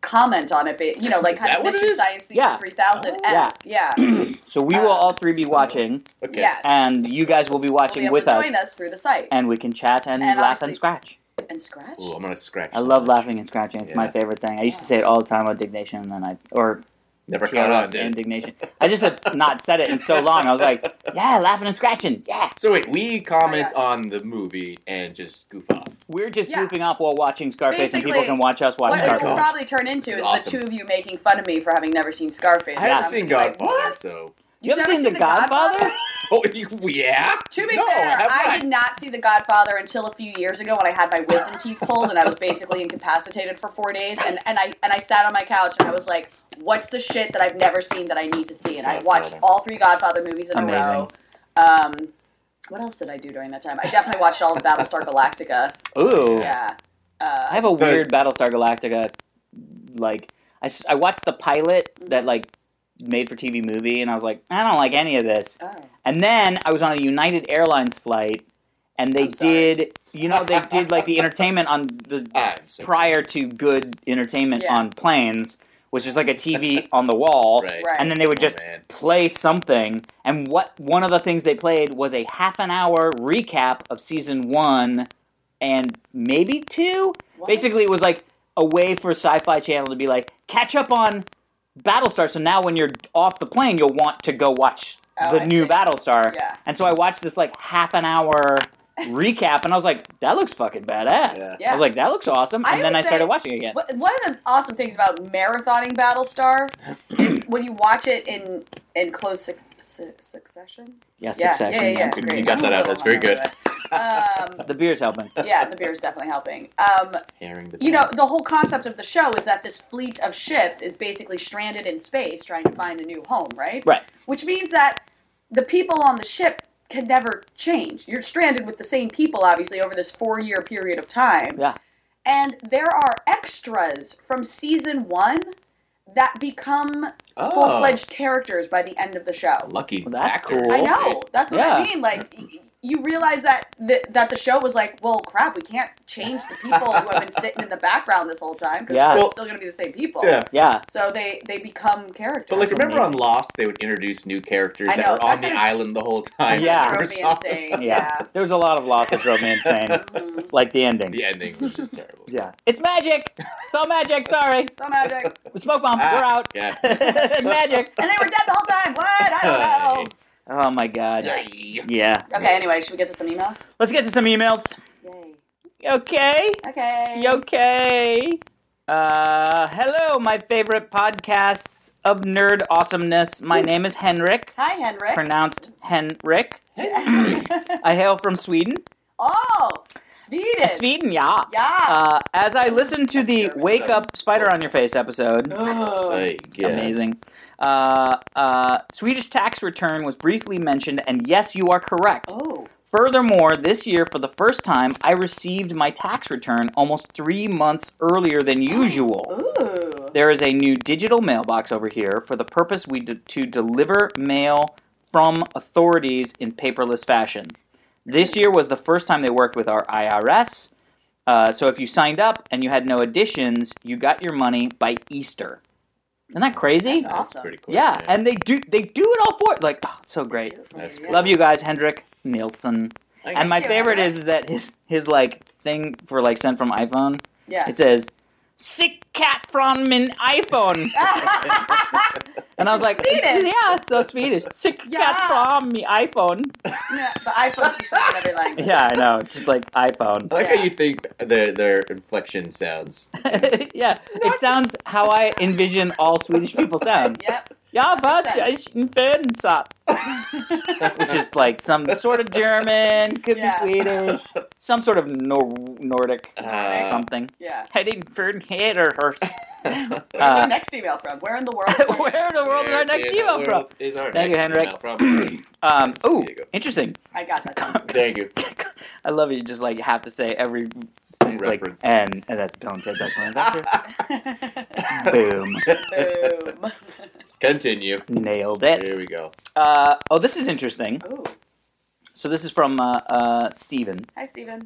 [SPEAKER 3] comment on it. ba- You know, like
[SPEAKER 4] Is
[SPEAKER 3] kind
[SPEAKER 4] that
[SPEAKER 3] of
[SPEAKER 4] what it
[SPEAKER 3] Mystery
[SPEAKER 4] is?
[SPEAKER 3] Science
[SPEAKER 1] Yeah. Oh.
[SPEAKER 3] Theater 3000 esque. Yeah. Yeah.
[SPEAKER 1] So we will all three be watching,
[SPEAKER 4] Okay.
[SPEAKER 3] Yes.
[SPEAKER 1] and you guys will be watching
[SPEAKER 3] will be able
[SPEAKER 1] with
[SPEAKER 3] to
[SPEAKER 1] us,
[SPEAKER 3] Join us through the site.
[SPEAKER 1] and we can chat and,
[SPEAKER 3] And
[SPEAKER 1] laugh and
[SPEAKER 3] obviously-
[SPEAKER 1] scratch.
[SPEAKER 3] And scratch?
[SPEAKER 4] Ooh, I'm gonna scratch.
[SPEAKER 1] I
[SPEAKER 4] so
[SPEAKER 1] love
[SPEAKER 4] much.
[SPEAKER 1] laughing and scratching. It's my
[SPEAKER 4] Yeah.
[SPEAKER 1] favorite thing. I used to say it all the time on Dignation, and then I or
[SPEAKER 4] Never caught on,
[SPEAKER 1] TRS
[SPEAKER 4] dude.
[SPEAKER 1] and Dignation. I just had not said it in so long. I was
[SPEAKER 4] [LAUGHS]
[SPEAKER 1] like, yeah, laughing and scratching. Yeah,
[SPEAKER 4] So wait, we comment on the movie and just goof off.
[SPEAKER 1] we're just
[SPEAKER 3] Yeah.
[SPEAKER 1] goofing off while watching Scarface, and people
[SPEAKER 3] Basically,
[SPEAKER 1] can watch us watch
[SPEAKER 3] What it will
[SPEAKER 1] Scarface.
[SPEAKER 4] Scarface.
[SPEAKER 3] probably turn into
[SPEAKER 4] This
[SPEAKER 3] is
[SPEAKER 4] is
[SPEAKER 3] the
[SPEAKER 4] awesome.
[SPEAKER 3] two of you making fun of me for having never seen Scarface.
[SPEAKER 4] I
[SPEAKER 3] And
[SPEAKER 4] haven't
[SPEAKER 3] I'm
[SPEAKER 4] seen
[SPEAKER 3] gonna be like,
[SPEAKER 4] Godfather,
[SPEAKER 3] what?
[SPEAKER 4] so.
[SPEAKER 1] You haven't
[SPEAKER 3] never
[SPEAKER 1] seen The Godfather?
[SPEAKER 4] Oh, [LAUGHS] you- yeah.
[SPEAKER 3] To be
[SPEAKER 4] No, I
[SPEAKER 3] fair,
[SPEAKER 4] have
[SPEAKER 3] I
[SPEAKER 4] not.
[SPEAKER 3] did not see The Godfather until a few years ago when I had my wisdom teeth pulled and I was basically incapacitated for four days. And, and I and I sat on my couch and I was like, "What's the shit that I've never seen that I need to see?" And I watched
[SPEAKER 4] Godfather.
[SPEAKER 3] all three Godfather movies in a row.
[SPEAKER 1] Amazing.
[SPEAKER 3] Um, what else did I do during that time? I definitely watched all of Battlestar Galactica.
[SPEAKER 1] Ooh,
[SPEAKER 3] Yeah. Uh,
[SPEAKER 1] I have a
[SPEAKER 4] So-
[SPEAKER 1] weird Battlestar Galactica. Like, I, s- I watched the pilot that like made for TV movie, and I was like, I don't like any of this.
[SPEAKER 3] oh.
[SPEAKER 1] And then I was on a United Airlines flight, and they
[SPEAKER 3] I'm sorry.
[SPEAKER 1] did, you know, they did like the entertainment on the
[SPEAKER 4] I'm Ah, so
[SPEAKER 1] prior to good entertainment
[SPEAKER 3] Yeah.
[SPEAKER 1] on planes, which is like a TV on the wall,
[SPEAKER 4] right.
[SPEAKER 3] Right.
[SPEAKER 1] and then they would
[SPEAKER 4] Oh,
[SPEAKER 1] just
[SPEAKER 4] man.
[SPEAKER 1] play something. And what one of the things they played was a half an hour recap of season one and maybe two.
[SPEAKER 3] What?
[SPEAKER 1] Basically, it was like a way for Sci Fi Channel to be like, catch up on Battlestar. So now when you're off the plane, you'll want to go watch
[SPEAKER 3] Oh,
[SPEAKER 1] the
[SPEAKER 3] I
[SPEAKER 1] new
[SPEAKER 3] see.
[SPEAKER 1] Battlestar.
[SPEAKER 3] Yeah.
[SPEAKER 1] And so I watched this like half an hour
[SPEAKER 3] [LAUGHS]
[SPEAKER 1] recap and I was like, that looks fucking badass.
[SPEAKER 4] Yeah.
[SPEAKER 1] I
[SPEAKER 3] Yeah.
[SPEAKER 1] was like, that looks awesome.
[SPEAKER 3] I
[SPEAKER 1] And then I
[SPEAKER 3] would
[SPEAKER 1] started
[SPEAKER 3] say-
[SPEAKER 1] watching again.
[SPEAKER 3] Wh- One of the awesome things about marathoning Battlestar is when you watch it in in close suc su- succession.
[SPEAKER 1] Yeah,
[SPEAKER 3] Yeah,
[SPEAKER 1] succession.
[SPEAKER 3] yeah, yeah, yeah.
[SPEAKER 4] You
[SPEAKER 3] Great.
[SPEAKER 4] got that out. That's very good. [LAUGHS]
[SPEAKER 3] Um,
[SPEAKER 1] The beer's helping.
[SPEAKER 3] yeah, the beer's definitely helping. Um,
[SPEAKER 4] Herring the
[SPEAKER 3] you know, the whole concept of the show is that this fleet of ships is basically stranded in space trying to find a new home, right?
[SPEAKER 1] Right.
[SPEAKER 3] Which means that the people on the ship can never change. You're stranded with the same people, obviously, over this four year period of time.
[SPEAKER 1] Yeah.
[SPEAKER 3] And there are extras from season one that become
[SPEAKER 4] oh,
[SPEAKER 3] full fledged characters by the end of the show.
[SPEAKER 4] Lucky.
[SPEAKER 1] Well, that's
[SPEAKER 4] actor.
[SPEAKER 1] cool.
[SPEAKER 3] I know. That's what
[SPEAKER 1] Yeah.
[SPEAKER 3] I mean. Like, y- y- you realize that the, that the show was like, well, crap, we can't change the people who
[SPEAKER 1] [LAUGHS]
[SPEAKER 3] have been sitting in the background this whole time because
[SPEAKER 1] Yeah.
[SPEAKER 3] they're
[SPEAKER 4] Well-
[SPEAKER 3] still going to be the same people.
[SPEAKER 4] Yeah.
[SPEAKER 1] Yeah.
[SPEAKER 3] So they they become characters.
[SPEAKER 4] But like,
[SPEAKER 1] That's
[SPEAKER 4] remember on
[SPEAKER 1] amazing.
[SPEAKER 4] Lost, they would introduce new characters
[SPEAKER 3] I
[SPEAKER 4] that
[SPEAKER 3] know.
[SPEAKER 4] were on
[SPEAKER 3] That
[SPEAKER 4] the
[SPEAKER 3] kinda-
[SPEAKER 4] island the whole time.
[SPEAKER 1] Yeah.
[SPEAKER 4] Or
[SPEAKER 3] Drove me
[SPEAKER 4] something.
[SPEAKER 3] insane.
[SPEAKER 1] Yeah.
[SPEAKER 3] Yeah.
[SPEAKER 1] There was a lot of loss that drove me insane.
[SPEAKER 3] Mhm.
[SPEAKER 1] Like the ending.
[SPEAKER 4] [LAUGHS] The ending was just terrible.
[SPEAKER 1] Yeah. It's magic. It's all magic. Sorry.
[SPEAKER 3] So magic.
[SPEAKER 1] Smoke bomb.
[SPEAKER 4] Ah.
[SPEAKER 1] We're out.
[SPEAKER 4] Yeah.
[SPEAKER 1] [LAUGHS] magic.
[SPEAKER 3] And they were dead the whole time. What? I
[SPEAKER 4] [LAUGHS]
[SPEAKER 3] don't know.
[SPEAKER 1] Oh my god.
[SPEAKER 4] Hey.
[SPEAKER 1] Yeah.
[SPEAKER 3] Okay, anyway, should we get to some emails?
[SPEAKER 1] Let's get to some emails.
[SPEAKER 3] Yay.
[SPEAKER 1] Okay.
[SPEAKER 3] Okay.
[SPEAKER 1] Okay. Uh, hello, my favorite podcasts of nerd awesomeness. My name is Henrik,
[SPEAKER 3] Hi, Henrik.
[SPEAKER 1] pronounced Henrik.
[SPEAKER 3] Yeah.
[SPEAKER 1] I hail from Sweden.
[SPEAKER 3] [LAUGHS] oh, Sweden.
[SPEAKER 1] Sweden, yeah.
[SPEAKER 3] Yeah.
[SPEAKER 1] Uh, as I listened to the Wake Up Spider on Your Face episode,
[SPEAKER 3] oh.
[SPEAKER 4] Like, yeah.
[SPEAKER 1] Amazing. Uh, uh, Swedish tax return was briefly mentioned, and yes, you are correct.
[SPEAKER 3] Oh.
[SPEAKER 1] Furthermore, this year, for the first time, I received my tax return almost three months earlier than usual.
[SPEAKER 3] Ooh.
[SPEAKER 1] There is a new digital mailbox over here for the purpose we d- to deliver mail from authorities in paperless fashion. This year was the first time they worked with our IRS. Uh, so if you signed up and you had no additions, you got your money by Easter. Isn't that crazy?
[SPEAKER 3] That's
[SPEAKER 4] That's
[SPEAKER 3] Awesome.
[SPEAKER 4] pretty cool.
[SPEAKER 1] Yeah, and they do they do it all for it. Like, oh, so great.
[SPEAKER 4] That's
[SPEAKER 1] Love you guys, Hendrik Nielsen.
[SPEAKER 3] [LAUGHS]
[SPEAKER 4] Thanks.
[SPEAKER 1] And my
[SPEAKER 3] you,
[SPEAKER 1] favorite
[SPEAKER 3] Hendrik.
[SPEAKER 1] is that his his like thing for like sent from iPhone.
[SPEAKER 3] Yeah.
[SPEAKER 1] It says sick cat from min
[SPEAKER 3] [LAUGHS]
[SPEAKER 1] iPhone. And I was like, it's- [LAUGHS]
[SPEAKER 3] Swedish.
[SPEAKER 1] yeah, it's so Swedish. Sick
[SPEAKER 3] Yeah.
[SPEAKER 1] cat from me iPhone. [LAUGHS]
[SPEAKER 3] yeah, but iPhones is not in every language.
[SPEAKER 1] Yeah, I know. It's just like iPhone. [LAUGHS]
[SPEAKER 4] I like
[SPEAKER 3] Yeah.
[SPEAKER 4] how you think their their
[SPEAKER 3] [LAUGHS]
[SPEAKER 4] inflection sounds.
[SPEAKER 1] yeah, it sounds how I envision all Swedish people
[SPEAKER 3] [LAUGHS]
[SPEAKER 1] sound.
[SPEAKER 3] Yep.
[SPEAKER 1] Ja, was ich in Finland sat. Which is like some sort of German, could
[SPEAKER 3] Yeah.
[SPEAKER 1] be
[SPEAKER 4] [LAUGHS]
[SPEAKER 1] Swedish, some sort of Nor- Nordic
[SPEAKER 4] Uh, [LAUGHS]
[SPEAKER 1] something.
[SPEAKER 3] Yeah.
[SPEAKER 1] Heading for hater or
[SPEAKER 3] Where's
[SPEAKER 1] Uh,
[SPEAKER 3] our next email from? Where in the world?
[SPEAKER 1] [LAUGHS] where in the world is our next email from?
[SPEAKER 4] Is our
[SPEAKER 1] Thank you,
[SPEAKER 4] next
[SPEAKER 1] Henrik.
[SPEAKER 4] email
[SPEAKER 1] [COUGHS]
[SPEAKER 4] from?
[SPEAKER 1] Um, ooh,
[SPEAKER 4] There you go.
[SPEAKER 1] interesting.
[SPEAKER 3] I got that.
[SPEAKER 1] [LAUGHS]
[SPEAKER 3] one.
[SPEAKER 4] Thank you.
[SPEAKER 1] I love it. You just like have to say every sentence, like,
[SPEAKER 4] Reference.
[SPEAKER 1] and, and that's Bill and Ted's Excellent Adventure.
[SPEAKER 4] [LAUGHS]
[SPEAKER 1] Boom, [LAUGHS]
[SPEAKER 3] Boom.
[SPEAKER 4] Continue.
[SPEAKER 1] nailed it.
[SPEAKER 4] There we go.
[SPEAKER 1] Uh, oh, this is interesting.
[SPEAKER 3] Ooh.
[SPEAKER 1] So this is from uh, uh, Steven.
[SPEAKER 3] Hi, Steven.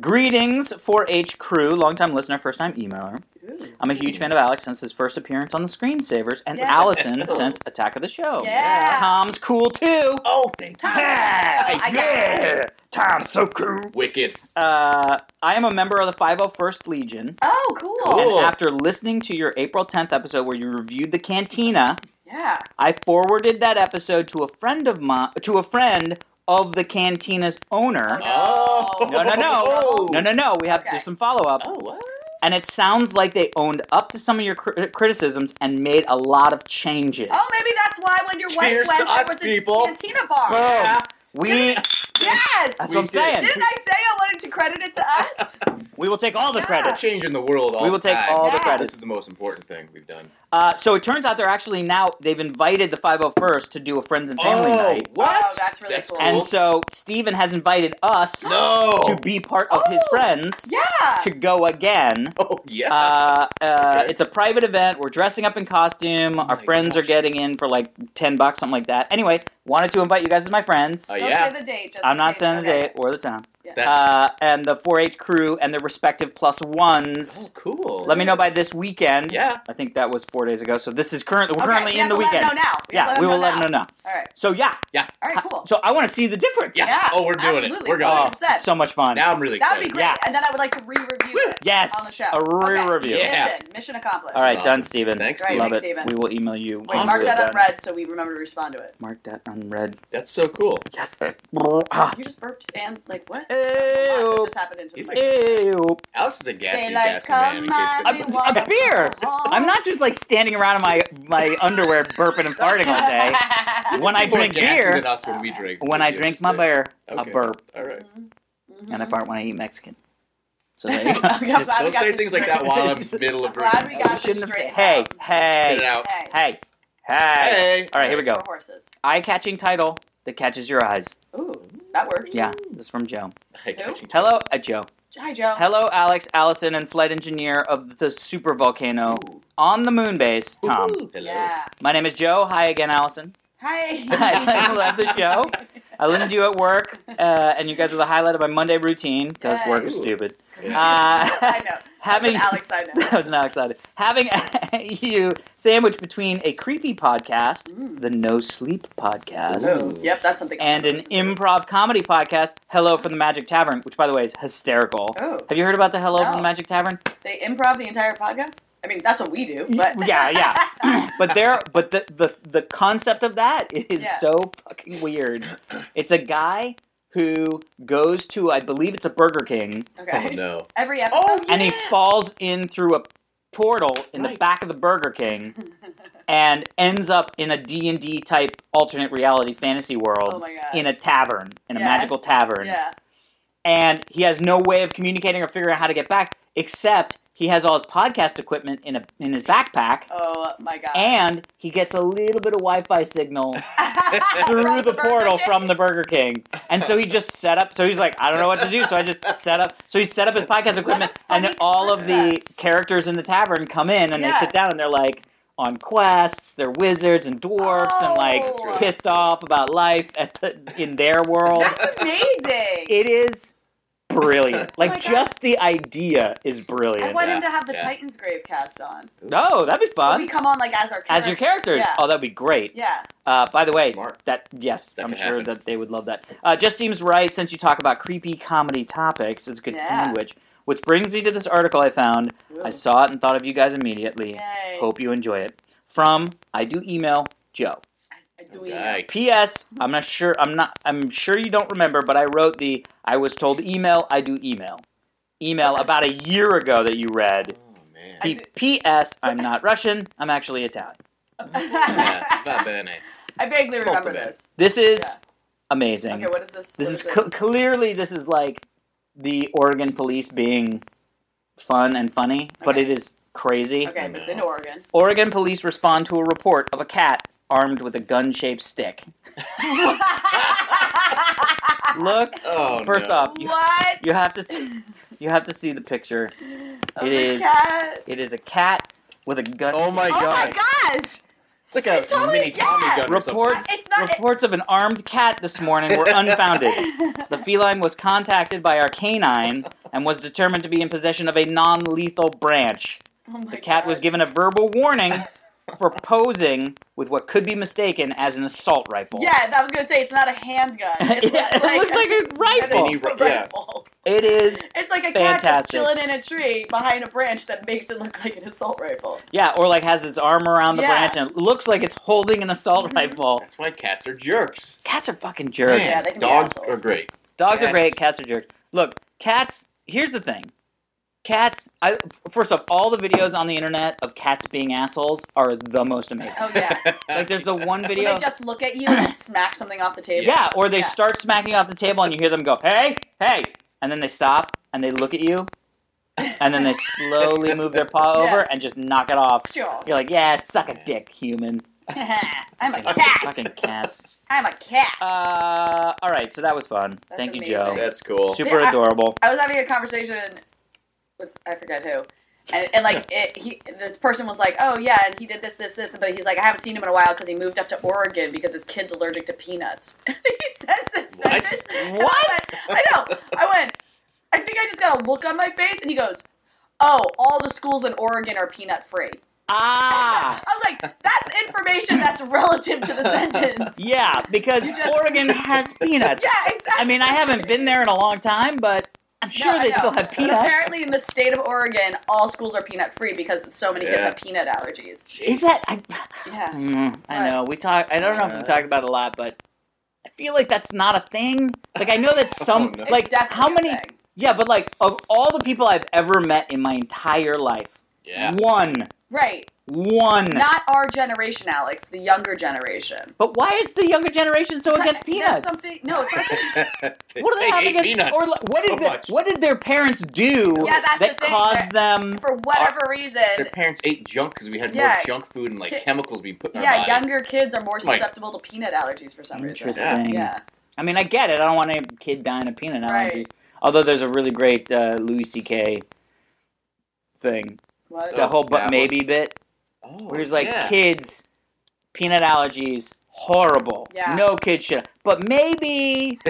[SPEAKER 1] Greetings, 4-H crew, longtime listener, first-time emailer.
[SPEAKER 3] Ooh.
[SPEAKER 1] I'm a huge fan of Alex since his first appearance on the Screensavers, and
[SPEAKER 3] Yeah.
[SPEAKER 1] Allison since Attack of the Show.
[SPEAKER 3] Yeah.
[SPEAKER 1] Tom's cool too.
[SPEAKER 4] Oh, thank you.
[SPEAKER 3] Tom. I got it.
[SPEAKER 1] Tom's so cool.
[SPEAKER 4] Wicked.
[SPEAKER 1] Uh, I am a member of the 501st Legion.
[SPEAKER 3] Oh, cool.
[SPEAKER 4] Cool.
[SPEAKER 1] And after listening to your April 10th episode where you reviewed the cantina,
[SPEAKER 3] Yeah.
[SPEAKER 1] I forwarded that episode to a friend of my to a friend of the cantina's owner.
[SPEAKER 3] No.
[SPEAKER 1] No, no, no.
[SPEAKER 4] [LAUGHS] Oh.
[SPEAKER 1] No, no, no. We have to do
[SPEAKER 3] Oh. Okay.
[SPEAKER 1] some follow up.
[SPEAKER 4] Oh, what?
[SPEAKER 1] And it sounds like they owned up to some of your cr- criticisms and made a lot of changes.
[SPEAKER 3] Oh, maybe that's why when your wife
[SPEAKER 4] Cheers to
[SPEAKER 3] went, there
[SPEAKER 4] us,
[SPEAKER 3] was a
[SPEAKER 4] people.
[SPEAKER 3] cantina bar.
[SPEAKER 1] Boom. We,
[SPEAKER 4] Yeah.
[SPEAKER 3] Yes.
[SPEAKER 1] that's
[SPEAKER 4] We
[SPEAKER 1] what I'm
[SPEAKER 4] did.
[SPEAKER 1] saying.
[SPEAKER 3] Didn't I say I wanted to credit it to
[SPEAKER 1] [LAUGHS]
[SPEAKER 3] us?
[SPEAKER 1] We will take all the
[SPEAKER 3] Yeah.
[SPEAKER 1] credit.
[SPEAKER 4] Changing the world all
[SPEAKER 1] We will
[SPEAKER 4] the
[SPEAKER 1] take
[SPEAKER 4] time.
[SPEAKER 1] all
[SPEAKER 3] the Yeah.
[SPEAKER 1] credit.
[SPEAKER 4] This is the most important thing we've done.
[SPEAKER 1] Uh, so it turns out they're actually now, they've invited the 501st to do a friends and family
[SPEAKER 4] oh,
[SPEAKER 1] night.
[SPEAKER 4] what?
[SPEAKER 3] Oh, that's really cool.
[SPEAKER 1] And so Steven has invited us
[SPEAKER 4] no.
[SPEAKER 1] to be part of his
[SPEAKER 3] Oh.
[SPEAKER 1] friends
[SPEAKER 3] Yeah.
[SPEAKER 1] to go again.
[SPEAKER 4] [LAUGHS] oh, yeah.
[SPEAKER 1] uh, uh,
[SPEAKER 4] Okay. Oh
[SPEAKER 1] it's a private event. We're dressing up in costume.
[SPEAKER 4] my
[SPEAKER 1] Our friends are
[SPEAKER 4] gosh.
[SPEAKER 1] getting in for like ten bucks, something like that. Anyway, wanted to invite you guys as my friends.
[SPEAKER 4] oh,
[SPEAKER 3] Don't
[SPEAKER 4] yeah.
[SPEAKER 3] say the date. Just
[SPEAKER 1] I'm
[SPEAKER 3] in
[SPEAKER 1] not
[SPEAKER 3] case.
[SPEAKER 1] saying the
[SPEAKER 3] Okay.
[SPEAKER 1] date or the time.
[SPEAKER 4] That's
[SPEAKER 1] Uh, and the 4-H crew and their respective plus
[SPEAKER 4] oh,
[SPEAKER 1] ones.
[SPEAKER 4] cool.
[SPEAKER 1] Let me know by this weekend.
[SPEAKER 4] Oh, Yeah.
[SPEAKER 1] I think that was four days ago. So this is current. We're
[SPEAKER 3] Okay,
[SPEAKER 1] currently
[SPEAKER 3] we
[SPEAKER 1] in
[SPEAKER 3] have
[SPEAKER 1] the
[SPEAKER 3] to let 'em
[SPEAKER 1] weekend.
[SPEAKER 3] know now. We have
[SPEAKER 1] yeah,
[SPEAKER 3] to
[SPEAKER 1] we
[SPEAKER 3] let 'em
[SPEAKER 1] will let them know
[SPEAKER 3] know.
[SPEAKER 1] now.
[SPEAKER 3] now. All right.
[SPEAKER 1] So yeah.
[SPEAKER 3] All right. Cool.
[SPEAKER 1] So I want to see the difference.
[SPEAKER 4] Yeah.
[SPEAKER 3] Yeah,
[SPEAKER 4] Oh, we're doing
[SPEAKER 3] absolutely.
[SPEAKER 4] it. We're
[SPEAKER 3] Oh,
[SPEAKER 4] going.
[SPEAKER 1] Oh,
[SPEAKER 3] 100%.
[SPEAKER 1] so much fun.
[SPEAKER 4] now I'm really
[SPEAKER 3] that would
[SPEAKER 4] excited.
[SPEAKER 3] be great.
[SPEAKER 1] Yes.
[SPEAKER 3] And then I would like to re-review it.
[SPEAKER 1] yes.
[SPEAKER 3] on the show.
[SPEAKER 1] A re-review.
[SPEAKER 4] Okay. Yeah.
[SPEAKER 3] Mission. Mission accomplished.
[SPEAKER 1] All right,
[SPEAKER 4] Awesome.
[SPEAKER 1] done, Steven.
[SPEAKER 4] Thanks,
[SPEAKER 3] Right,
[SPEAKER 4] Steven.
[SPEAKER 1] Love
[SPEAKER 3] thanks,
[SPEAKER 1] it.
[SPEAKER 3] Steven.
[SPEAKER 1] We will email you.
[SPEAKER 3] Wait,
[SPEAKER 1] when
[SPEAKER 3] mark
[SPEAKER 1] we're
[SPEAKER 4] Awesome.
[SPEAKER 3] that
[SPEAKER 1] done.
[SPEAKER 3] on red so we remember to respond to it.
[SPEAKER 1] Mark that on red.
[SPEAKER 4] That's so cool.
[SPEAKER 1] Yes. Ah.
[SPEAKER 3] You just burped and like what? That
[SPEAKER 1] Ew.
[SPEAKER 3] just happened into the
[SPEAKER 4] He's
[SPEAKER 3] mic.
[SPEAKER 1] Ew.
[SPEAKER 4] Alex is a gassy,
[SPEAKER 3] They like,
[SPEAKER 4] gassy man.
[SPEAKER 3] come
[SPEAKER 4] In case
[SPEAKER 1] A,
[SPEAKER 3] on,
[SPEAKER 4] [LAUGHS] anyone-
[SPEAKER 3] we want
[SPEAKER 1] a beer.
[SPEAKER 3] to go home.
[SPEAKER 1] I'm not just like standing around in my my underwear burping and farting all
[SPEAKER 3] [LAUGHS]
[SPEAKER 1] day. When I
[SPEAKER 4] People are
[SPEAKER 1] drink
[SPEAKER 4] gassy
[SPEAKER 1] beer-
[SPEAKER 4] than us when we drink.
[SPEAKER 1] When I drink my beer, I
[SPEAKER 4] Okay.
[SPEAKER 1] burp,
[SPEAKER 4] All right.
[SPEAKER 3] Mhm. Mhm.
[SPEAKER 1] and I fart when I eat Mexican. So there you go.
[SPEAKER 3] I'm
[SPEAKER 4] Just
[SPEAKER 3] glad [LAUGHS] we
[SPEAKER 4] don't
[SPEAKER 3] got
[SPEAKER 4] say
[SPEAKER 3] this
[SPEAKER 4] things like that
[SPEAKER 1] straight.
[SPEAKER 4] while
[SPEAKER 3] [LAUGHS]
[SPEAKER 4] I'm middle of
[SPEAKER 3] Glad we
[SPEAKER 4] drinking.
[SPEAKER 3] got
[SPEAKER 1] Shouldn't
[SPEAKER 3] this straight.
[SPEAKER 1] have- hey,
[SPEAKER 4] Spit
[SPEAKER 1] hey,
[SPEAKER 4] it out.
[SPEAKER 3] Hey.
[SPEAKER 1] hey, hey.
[SPEAKER 4] Hey.
[SPEAKER 1] All right, here we go.
[SPEAKER 3] For horses.
[SPEAKER 1] Eye-catching title that catches your eyes.
[SPEAKER 3] Ooh, that worked.
[SPEAKER 1] Yeah, this is from Joe.
[SPEAKER 4] Hey, catch you.
[SPEAKER 1] Hello, uh, Joe.
[SPEAKER 3] Hi, Joe.
[SPEAKER 1] Hello, Alex, Allison, and flight engineer of the super volcano
[SPEAKER 4] Ooh.
[SPEAKER 1] on the moon base, Tom.
[SPEAKER 4] Ooh, Hello.
[SPEAKER 3] Yeah.
[SPEAKER 1] My name is Joe. Hi again, Allison.
[SPEAKER 3] Hi.
[SPEAKER 1] [LAUGHS] I love the show.
[SPEAKER 3] [LAUGHS]
[SPEAKER 1] I listen to you at work, uh, and you guys are the highlight of my Monday routine because
[SPEAKER 3] Yay.
[SPEAKER 1] work is
[SPEAKER 4] Ooh.
[SPEAKER 1] stupid. Uh,
[SPEAKER 4] Yeah.
[SPEAKER 3] I [LAUGHS] know.
[SPEAKER 1] having [LAUGHS]
[SPEAKER 3] Alex, I know.
[SPEAKER 1] I was not excited. Having [LAUGHS] you sandwiched between a creepy podcast,
[SPEAKER 3] Mm.
[SPEAKER 1] the No Sleep podcast,
[SPEAKER 4] Hello.
[SPEAKER 3] Yep, that's something.
[SPEAKER 1] and an
[SPEAKER 3] im.
[SPEAKER 1] improv comedy podcast, Hello from the Magic Tavern, which by the way is hysterical.
[SPEAKER 3] Oh,
[SPEAKER 1] Have you heard about the Hello
[SPEAKER 3] No.
[SPEAKER 1] from the Magic Tavern?
[SPEAKER 3] they improv the entire podcast. I mean, that's what we do. But
[SPEAKER 1] Yeah, yeah. But there, but the the the concept of that is
[SPEAKER 3] Yeah.
[SPEAKER 1] so fucking weird. It's a guy who goes to, I believe it's a Burger King,
[SPEAKER 3] [LAUGHS]
[SPEAKER 4] Oh,
[SPEAKER 3] okay.
[SPEAKER 4] no.
[SPEAKER 3] Every episode.
[SPEAKER 4] Oh,
[SPEAKER 1] and he falls in through a portal in the
[SPEAKER 4] Right.
[SPEAKER 1] back of the Burger King
[SPEAKER 3] [LAUGHS]
[SPEAKER 1] and ends up in a D&D type alternate reality fantasy world
[SPEAKER 3] oh my god.
[SPEAKER 1] in a tavern, in a
[SPEAKER 3] Yes.
[SPEAKER 1] magical tavern.
[SPEAKER 3] Yeah.
[SPEAKER 1] And he has no way of communicating or figuring out how to get back except he has all his podcast equipment in a in his backpack
[SPEAKER 3] Oh my god.
[SPEAKER 1] and he gets a little bit of Wi-Fi signal
[SPEAKER 3] [LAUGHS] From
[SPEAKER 1] through the
[SPEAKER 3] Burger
[SPEAKER 1] portal
[SPEAKER 3] King?
[SPEAKER 1] from the Burger King. And so he just set up. So he's like, I don't know what to do. So I just set up. So he set up his podcast equipment, and then
[SPEAKER 3] funny
[SPEAKER 1] all of the characters in the tavern come in and they
[SPEAKER 3] Yeah.
[SPEAKER 1] sit down and they're like on quests. They're wizards and dwarfs and
[SPEAKER 3] Oh.
[SPEAKER 1] like pissed off about life at the, in their world.
[SPEAKER 3] That's amazing.
[SPEAKER 1] it is brilliant. Like
[SPEAKER 3] Oh my God.
[SPEAKER 1] just the idea is
[SPEAKER 3] I
[SPEAKER 1] brilliant.
[SPEAKER 3] want
[SPEAKER 4] yeah,
[SPEAKER 3] him to have the
[SPEAKER 4] yeah.
[SPEAKER 3] Titans grave cast on.
[SPEAKER 1] No, that'd be
[SPEAKER 3] But
[SPEAKER 1] fun.
[SPEAKER 3] we come on like as our characters.
[SPEAKER 1] As your characters.
[SPEAKER 3] Yeah.
[SPEAKER 1] Oh, that'd be great.
[SPEAKER 3] yeah.
[SPEAKER 1] Uh, by the way,
[SPEAKER 4] Smart.
[SPEAKER 1] that yes,
[SPEAKER 4] That
[SPEAKER 1] I'm
[SPEAKER 4] could
[SPEAKER 1] sure
[SPEAKER 4] happen.
[SPEAKER 1] that they would love that. Uh, just seems right since you talk about creepy comedy topics. It's a good
[SPEAKER 3] Yeah.
[SPEAKER 1] sandwich. Which brings me to this article I found. I saw it and thought of you guys immediately.
[SPEAKER 3] Yay.
[SPEAKER 1] Hope you enjoy it. From I do email Joe.
[SPEAKER 3] I- do we-
[SPEAKER 4] Okay.
[SPEAKER 1] P.S. I'm not sure. I'm not. I'm sure you don't remember, but I wrote the. I was told email. I do email. Email about a year ago that you
[SPEAKER 4] Oh
[SPEAKER 1] read.
[SPEAKER 3] [LAUGHS]
[SPEAKER 4] man.
[SPEAKER 3] I
[SPEAKER 1] P-
[SPEAKER 3] do-
[SPEAKER 1] P.S. I'm not Russian. I'm actually Italian.
[SPEAKER 4] yeah, va bene.
[SPEAKER 3] [LAUGHS] I vaguely remember
[SPEAKER 4] Multiple.
[SPEAKER 1] This
[SPEAKER 3] this.
[SPEAKER 1] is
[SPEAKER 3] Yeah.
[SPEAKER 1] amazing.
[SPEAKER 3] Okay, what is this?
[SPEAKER 1] this is
[SPEAKER 3] What
[SPEAKER 1] cl- clearly this is like the Oregon police being fun and funny, but
[SPEAKER 3] Okay.
[SPEAKER 1] it is crazy.
[SPEAKER 3] Okay, but it's in Oregon.
[SPEAKER 1] Oregon police respond to a report of a cat armed with a gun-shaped
[SPEAKER 3] [LAUGHS]
[SPEAKER 1] stick. [LAUGHS] Look,
[SPEAKER 4] Oh
[SPEAKER 1] first
[SPEAKER 4] no.
[SPEAKER 1] off, you,
[SPEAKER 3] what?
[SPEAKER 1] you have to see, you have to see the picture. it
[SPEAKER 3] Oh my
[SPEAKER 1] is-
[SPEAKER 3] gosh.
[SPEAKER 1] It is a cat with a gun.
[SPEAKER 4] Oh my
[SPEAKER 3] Oh
[SPEAKER 4] god.
[SPEAKER 3] my gosh!
[SPEAKER 4] It's like a
[SPEAKER 3] I totally
[SPEAKER 4] mini
[SPEAKER 3] get
[SPEAKER 4] Tommy
[SPEAKER 3] it.
[SPEAKER 4] gun. or something.
[SPEAKER 1] Reports
[SPEAKER 3] It's not-
[SPEAKER 1] reports of an armed cat this morning were
[SPEAKER 3] [LAUGHS]
[SPEAKER 1] unfounded. The feline was contacted by our canine and was determined to be in possession of a non-lethal branch.
[SPEAKER 3] Oh my
[SPEAKER 1] The cat was
[SPEAKER 3] gosh.
[SPEAKER 1] given a verbal
[SPEAKER 3] [LAUGHS]
[SPEAKER 1] warning for posing with what could be mistaken as an assault rifle.
[SPEAKER 3] Yeah, I was gonna say it's not
[SPEAKER 1] [LAUGHS]
[SPEAKER 3] a handgun. It,
[SPEAKER 1] Yeah, [LAUGHS]
[SPEAKER 3] looks,
[SPEAKER 1] it
[SPEAKER 3] like
[SPEAKER 1] looks like
[SPEAKER 3] [LAUGHS]
[SPEAKER 1] a rifle.
[SPEAKER 4] Any ri-
[SPEAKER 3] a
[SPEAKER 4] yeah.
[SPEAKER 3] rifle.
[SPEAKER 1] It is,
[SPEAKER 3] It's like a cat
[SPEAKER 1] Fantastic.
[SPEAKER 3] just chilling in a tree behind a branch that makes it look like an assault rifle.
[SPEAKER 1] yeah, or like has its arm around the
[SPEAKER 3] Yeah.
[SPEAKER 1] branch and it looks like it's holding an assault
[SPEAKER 3] Mhm.
[SPEAKER 1] rifle.
[SPEAKER 4] That's why cats are jerks.
[SPEAKER 1] Cats are fucking jerks.
[SPEAKER 3] Yeah, they can be
[SPEAKER 4] dogs
[SPEAKER 3] assholes.
[SPEAKER 4] are great.
[SPEAKER 1] Dogs are
[SPEAKER 4] Cats.
[SPEAKER 1] great. Cats are jerks. Look, cats. Here's the thing. Cats. I first off, all the videos on the internet of cats being assholes are the most amazing.
[SPEAKER 3] Oh yeah.
[SPEAKER 1] [LAUGHS] Like,
[SPEAKER 4] [LAUGHS]
[SPEAKER 1] there's the
[SPEAKER 3] [LAUGHS]
[SPEAKER 1] one
[SPEAKER 3] When
[SPEAKER 1] video.
[SPEAKER 3] they just look at you and smack something off the table.
[SPEAKER 1] yeah, or they
[SPEAKER 3] Yeah.
[SPEAKER 1] start smacking off the table, and you hear them go, "Hey, hey," and then they stop and they look at you, and
[SPEAKER 3] [LAUGHS]
[SPEAKER 1] then they slowly move their paw
[SPEAKER 3] Yeah.
[SPEAKER 1] over and just knock it off.
[SPEAKER 3] Sure.
[SPEAKER 1] You're like, "Yeah, suck a dick, human."
[SPEAKER 3] [LAUGHS] I'm a cat.
[SPEAKER 1] Fucking cats.
[SPEAKER 3] I'm a cat.
[SPEAKER 1] Uh, all right. So that was fun.
[SPEAKER 3] That's
[SPEAKER 1] Thank you,
[SPEAKER 3] amazing.
[SPEAKER 1] Joe.
[SPEAKER 4] That's cool.
[SPEAKER 1] Super
[SPEAKER 3] Yeah.
[SPEAKER 1] adorable.
[SPEAKER 3] I was having a conversation with I forget who, and, and like it, he, this person was like, "Oh yeah," and he did this, this, this, but he's like, "I haven't seen him in a while because he moved up to Oregon because his kid's allergic to peanuts." [LAUGHS] he says this
[SPEAKER 4] What?
[SPEAKER 3] sentence. and I
[SPEAKER 1] What?
[SPEAKER 3] went-
[SPEAKER 4] [LAUGHS]
[SPEAKER 3] I know. I went. I think I just got a look on my face, and he goes, "Oh, all the schools in Oregon are peanut free."
[SPEAKER 1] Ah.
[SPEAKER 3] I was like, "That's information that's relative
[SPEAKER 1] [LAUGHS]
[SPEAKER 3] to the sentence."
[SPEAKER 1] Yeah, because
[SPEAKER 3] You just-
[SPEAKER 1] Oregon
[SPEAKER 3] [LAUGHS]
[SPEAKER 1] has peanuts.
[SPEAKER 3] Yeah, exactly.
[SPEAKER 1] I mean, I haven't been there in a long time, but I'm
[SPEAKER 3] No,
[SPEAKER 1] sure
[SPEAKER 3] I
[SPEAKER 1] they
[SPEAKER 3] know.
[SPEAKER 1] still have
[SPEAKER 3] But
[SPEAKER 1] peanuts.
[SPEAKER 3] apparently, in the state of Oregon, all schools are peanut free because so many kids
[SPEAKER 4] Yeah.
[SPEAKER 3] have peanut allergies.
[SPEAKER 1] Is that? I,
[SPEAKER 3] Yeah.
[SPEAKER 1] Mm, I know we talk. I don't know if we
[SPEAKER 4] Uh.
[SPEAKER 1] talked about it a lot, but I feel like that's not a thing. Like I know
[SPEAKER 4] [LAUGHS]
[SPEAKER 1] that some,
[SPEAKER 4] Oh, no.
[SPEAKER 3] It's
[SPEAKER 1] like
[SPEAKER 3] definitely
[SPEAKER 1] how
[SPEAKER 3] a
[SPEAKER 1] many?
[SPEAKER 3] thing.
[SPEAKER 1] Yeah, but like of all the people I've ever met in my entire life,
[SPEAKER 4] Yeah. [LAUGHS]
[SPEAKER 1] one,
[SPEAKER 3] Right.
[SPEAKER 1] one.
[SPEAKER 3] Not our generation, Alex, the younger generation.
[SPEAKER 1] but why is the younger generation so against
[SPEAKER 3] There's
[SPEAKER 1] peanuts?
[SPEAKER 3] something- no, it's not
[SPEAKER 4] [LAUGHS]
[SPEAKER 3] that-
[SPEAKER 1] What do they, have
[SPEAKER 4] hate
[SPEAKER 1] against?
[SPEAKER 4] peanuts
[SPEAKER 1] or like, what
[SPEAKER 4] so
[SPEAKER 1] did the-
[SPEAKER 4] much.
[SPEAKER 1] what did their parents do
[SPEAKER 3] Yeah, that's
[SPEAKER 1] that
[SPEAKER 3] the thing,
[SPEAKER 1] caused them?
[SPEAKER 3] for whatever reason.
[SPEAKER 4] Their parents ate junk because we had
[SPEAKER 3] Yeah.
[SPEAKER 4] more junk food and
[SPEAKER 3] Ki-
[SPEAKER 4] like chemicals being put in
[SPEAKER 3] Yeah,
[SPEAKER 4] our body.
[SPEAKER 3] younger kids are more
[SPEAKER 4] It's like-
[SPEAKER 3] susceptible to peanut allergies for some reason.
[SPEAKER 1] Interesting.
[SPEAKER 3] Yeah.
[SPEAKER 1] I mean, I get it. I don't want any kid dying of peanut allergy.
[SPEAKER 3] Right.
[SPEAKER 1] Although there's a really great uh, Louis C.K. thing,
[SPEAKER 3] What?
[SPEAKER 1] the
[SPEAKER 4] Oh,
[SPEAKER 1] whole
[SPEAKER 4] that
[SPEAKER 1] but
[SPEAKER 4] one.
[SPEAKER 1] maybe bit,
[SPEAKER 4] Oh,
[SPEAKER 1] where he's like,
[SPEAKER 4] yeah.
[SPEAKER 1] kids, peanut allergies, horrible.
[SPEAKER 3] Yeah.
[SPEAKER 1] No kid should. But
[SPEAKER 4] [LAUGHS]
[SPEAKER 1] maybe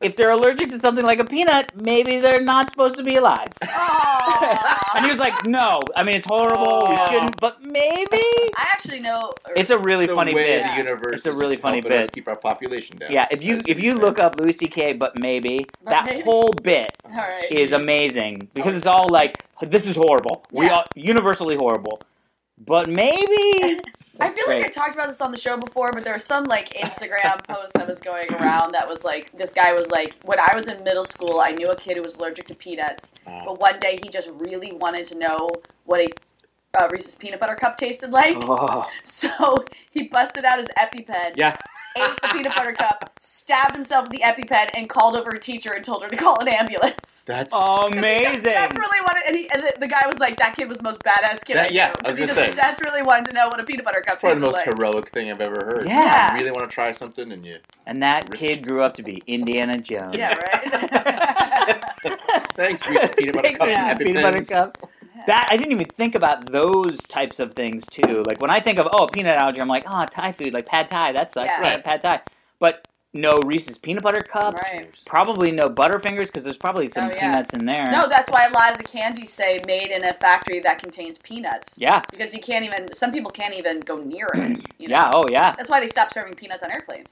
[SPEAKER 1] if they're allergic to something like a peanut, maybe they're not supposed to be alive. [LAUGHS]
[SPEAKER 3] Aw.
[SPEAKER 1] And he was like, no. I mean, it's horrible. You
[SPEAKER 4] Oh.
[SPEAKER 1] shouldn't. But maybe
[SPEAKER 3] I actually know.
[SPEAKER 1] it's a
[SPEAKER 4] It's
[SPEAKER 1] really
[SPEAKER 4] the
[SPEAKER 1] funny
[SPEAKER 4] way
[SPEAKER 1] bit.
[SPEAKER 4] The universe
[SPEAKER 1] It's a
[SPEAKER 4] is
[SPEAKER 1] really
[SPEAKER 4] just
[SPEAKER 1] funny
[SPEAKER 4] helping us
[SPEAKER 1] bit.
[SPEAKER 4] keep our population down.
[SPEAKER 1] Yeah, if you
[SPEAKER 4] That's
[SPEAKER 1] if you
[SPEAKER 4] interesting.
[SPEAKER 1] look up Louis C.K. but maybe
[SPEAKER 3] But
[SPEAKER 1] that
[SPEAKER 3] maybe.
[SPEAKER 1] whole bit
[SPEAKER 3] All right.
[SPEAKER 1] is amazing
[SPEAKER 4] Oh,
[SPEAKER 1] because it's all like this is horrible. We
[SPEAKER 3] Yeah.
[SPEAKER 1] are universally horrible, but maybe
[SPEAKER 3] [LAUGHS] I feel like I
[SPEAKER 1] Great.
[SPEAKER 3] talked about this on the show before, but there was some like Instagram [LAUGHS] post that was going around that was like this guy was like, when I was in middle school, I knew a kid who was allergic to peanuts,
[SPEAKER 4] Oh.
[SPEAKER 3] but one day he just really wanted to know what a uh, Reese's peanut butter cup tasted like,
[SPEAKER 1] oh,
[SPEAKER 3] [LAUGHS] so he busted out his EpiPen,
[SPEAKER 4] Yeah.
[SPEAKER 3] ate the peanut butter cup, stabbed himself with the EpiPen, and called over a teacher and told her to call an ambulance. [LAUGHS]
[SPEAKER 4] That's
[SPEAKER 1] amazing.
[SPEAKER 3] That's really wanted, and, he, and the, the guy was like, "That kid was the most badass kid."
[SPEAKER 4] That-
[SPEAKER 3] I knew,"
[SPEAKER 4] yeah, I was
[SPEAKER 3] 'cause he
[SPEAKER 4] gonna
[SPEAKER 3] just
[SPEAKER 4] say.
[SPEAKER 3] desperately wanted to know what a peanut butter cup
[SPEAKER 4] probably the
[SPEAKER 3] tasted
[SPEAKER 4] most
[SPEAKER 3] like.
[SPEAKER 4] heroic thing I've ever heard.
[SPEAKER 1] Yeah.
[SPEAKER 4] You really want to try something and you.
[SPEAKER 1] and that
[SPEAKER 4] Risk.
[SPEAKER 1] kid grew up to be Indiana Jones. [LAUGHS]
[SPEAKER 3] Yeah, right.
[SPEAKER 4] Thanks, Reese's peanut butter
[SPEAKER 1] Thanks,
[SPEAKER 4] cups.
[SPEAKER 1] Reese's [LAUGHS]
[SPEAKER 4] and
[SPEAKER 1] peanut butter
[SPEAKER 4] EpiPens.
[SPEAKER 1] cup. That I didn't even think about those types of things "Ah, too. Like when I think of oh peanut allergy, I'm like oh Thai food, like pad Thai. That sucks.
[SPEAKER 3] Yeah.
[SPEAKER 1] Yeah, Pad Thai. But no Reese's peanut butter cups.
[SPEAKER 3] Right.
[SPEAKER 1] Probably no Butterfingers because there's probably some
[SPEAKER 3] Oh, yeah.
[SPEAKER 1] peanuts in there.
[SPEAKER 3] No, that's why a lot of the candies say made in a factory that contains peanuts.
[SPEAKER 1] Yeah.
[SPEAKER 3] Because you can't even, some people can't even go near
[SPEAKER 1] [CLEARS THROAT]
[SPEAKER 3] it. You know?
[SPEAKER 1] Yeah. Oh, yeah.
[SPEAKER 3] That's why they stopped serving peanuts on airplanes.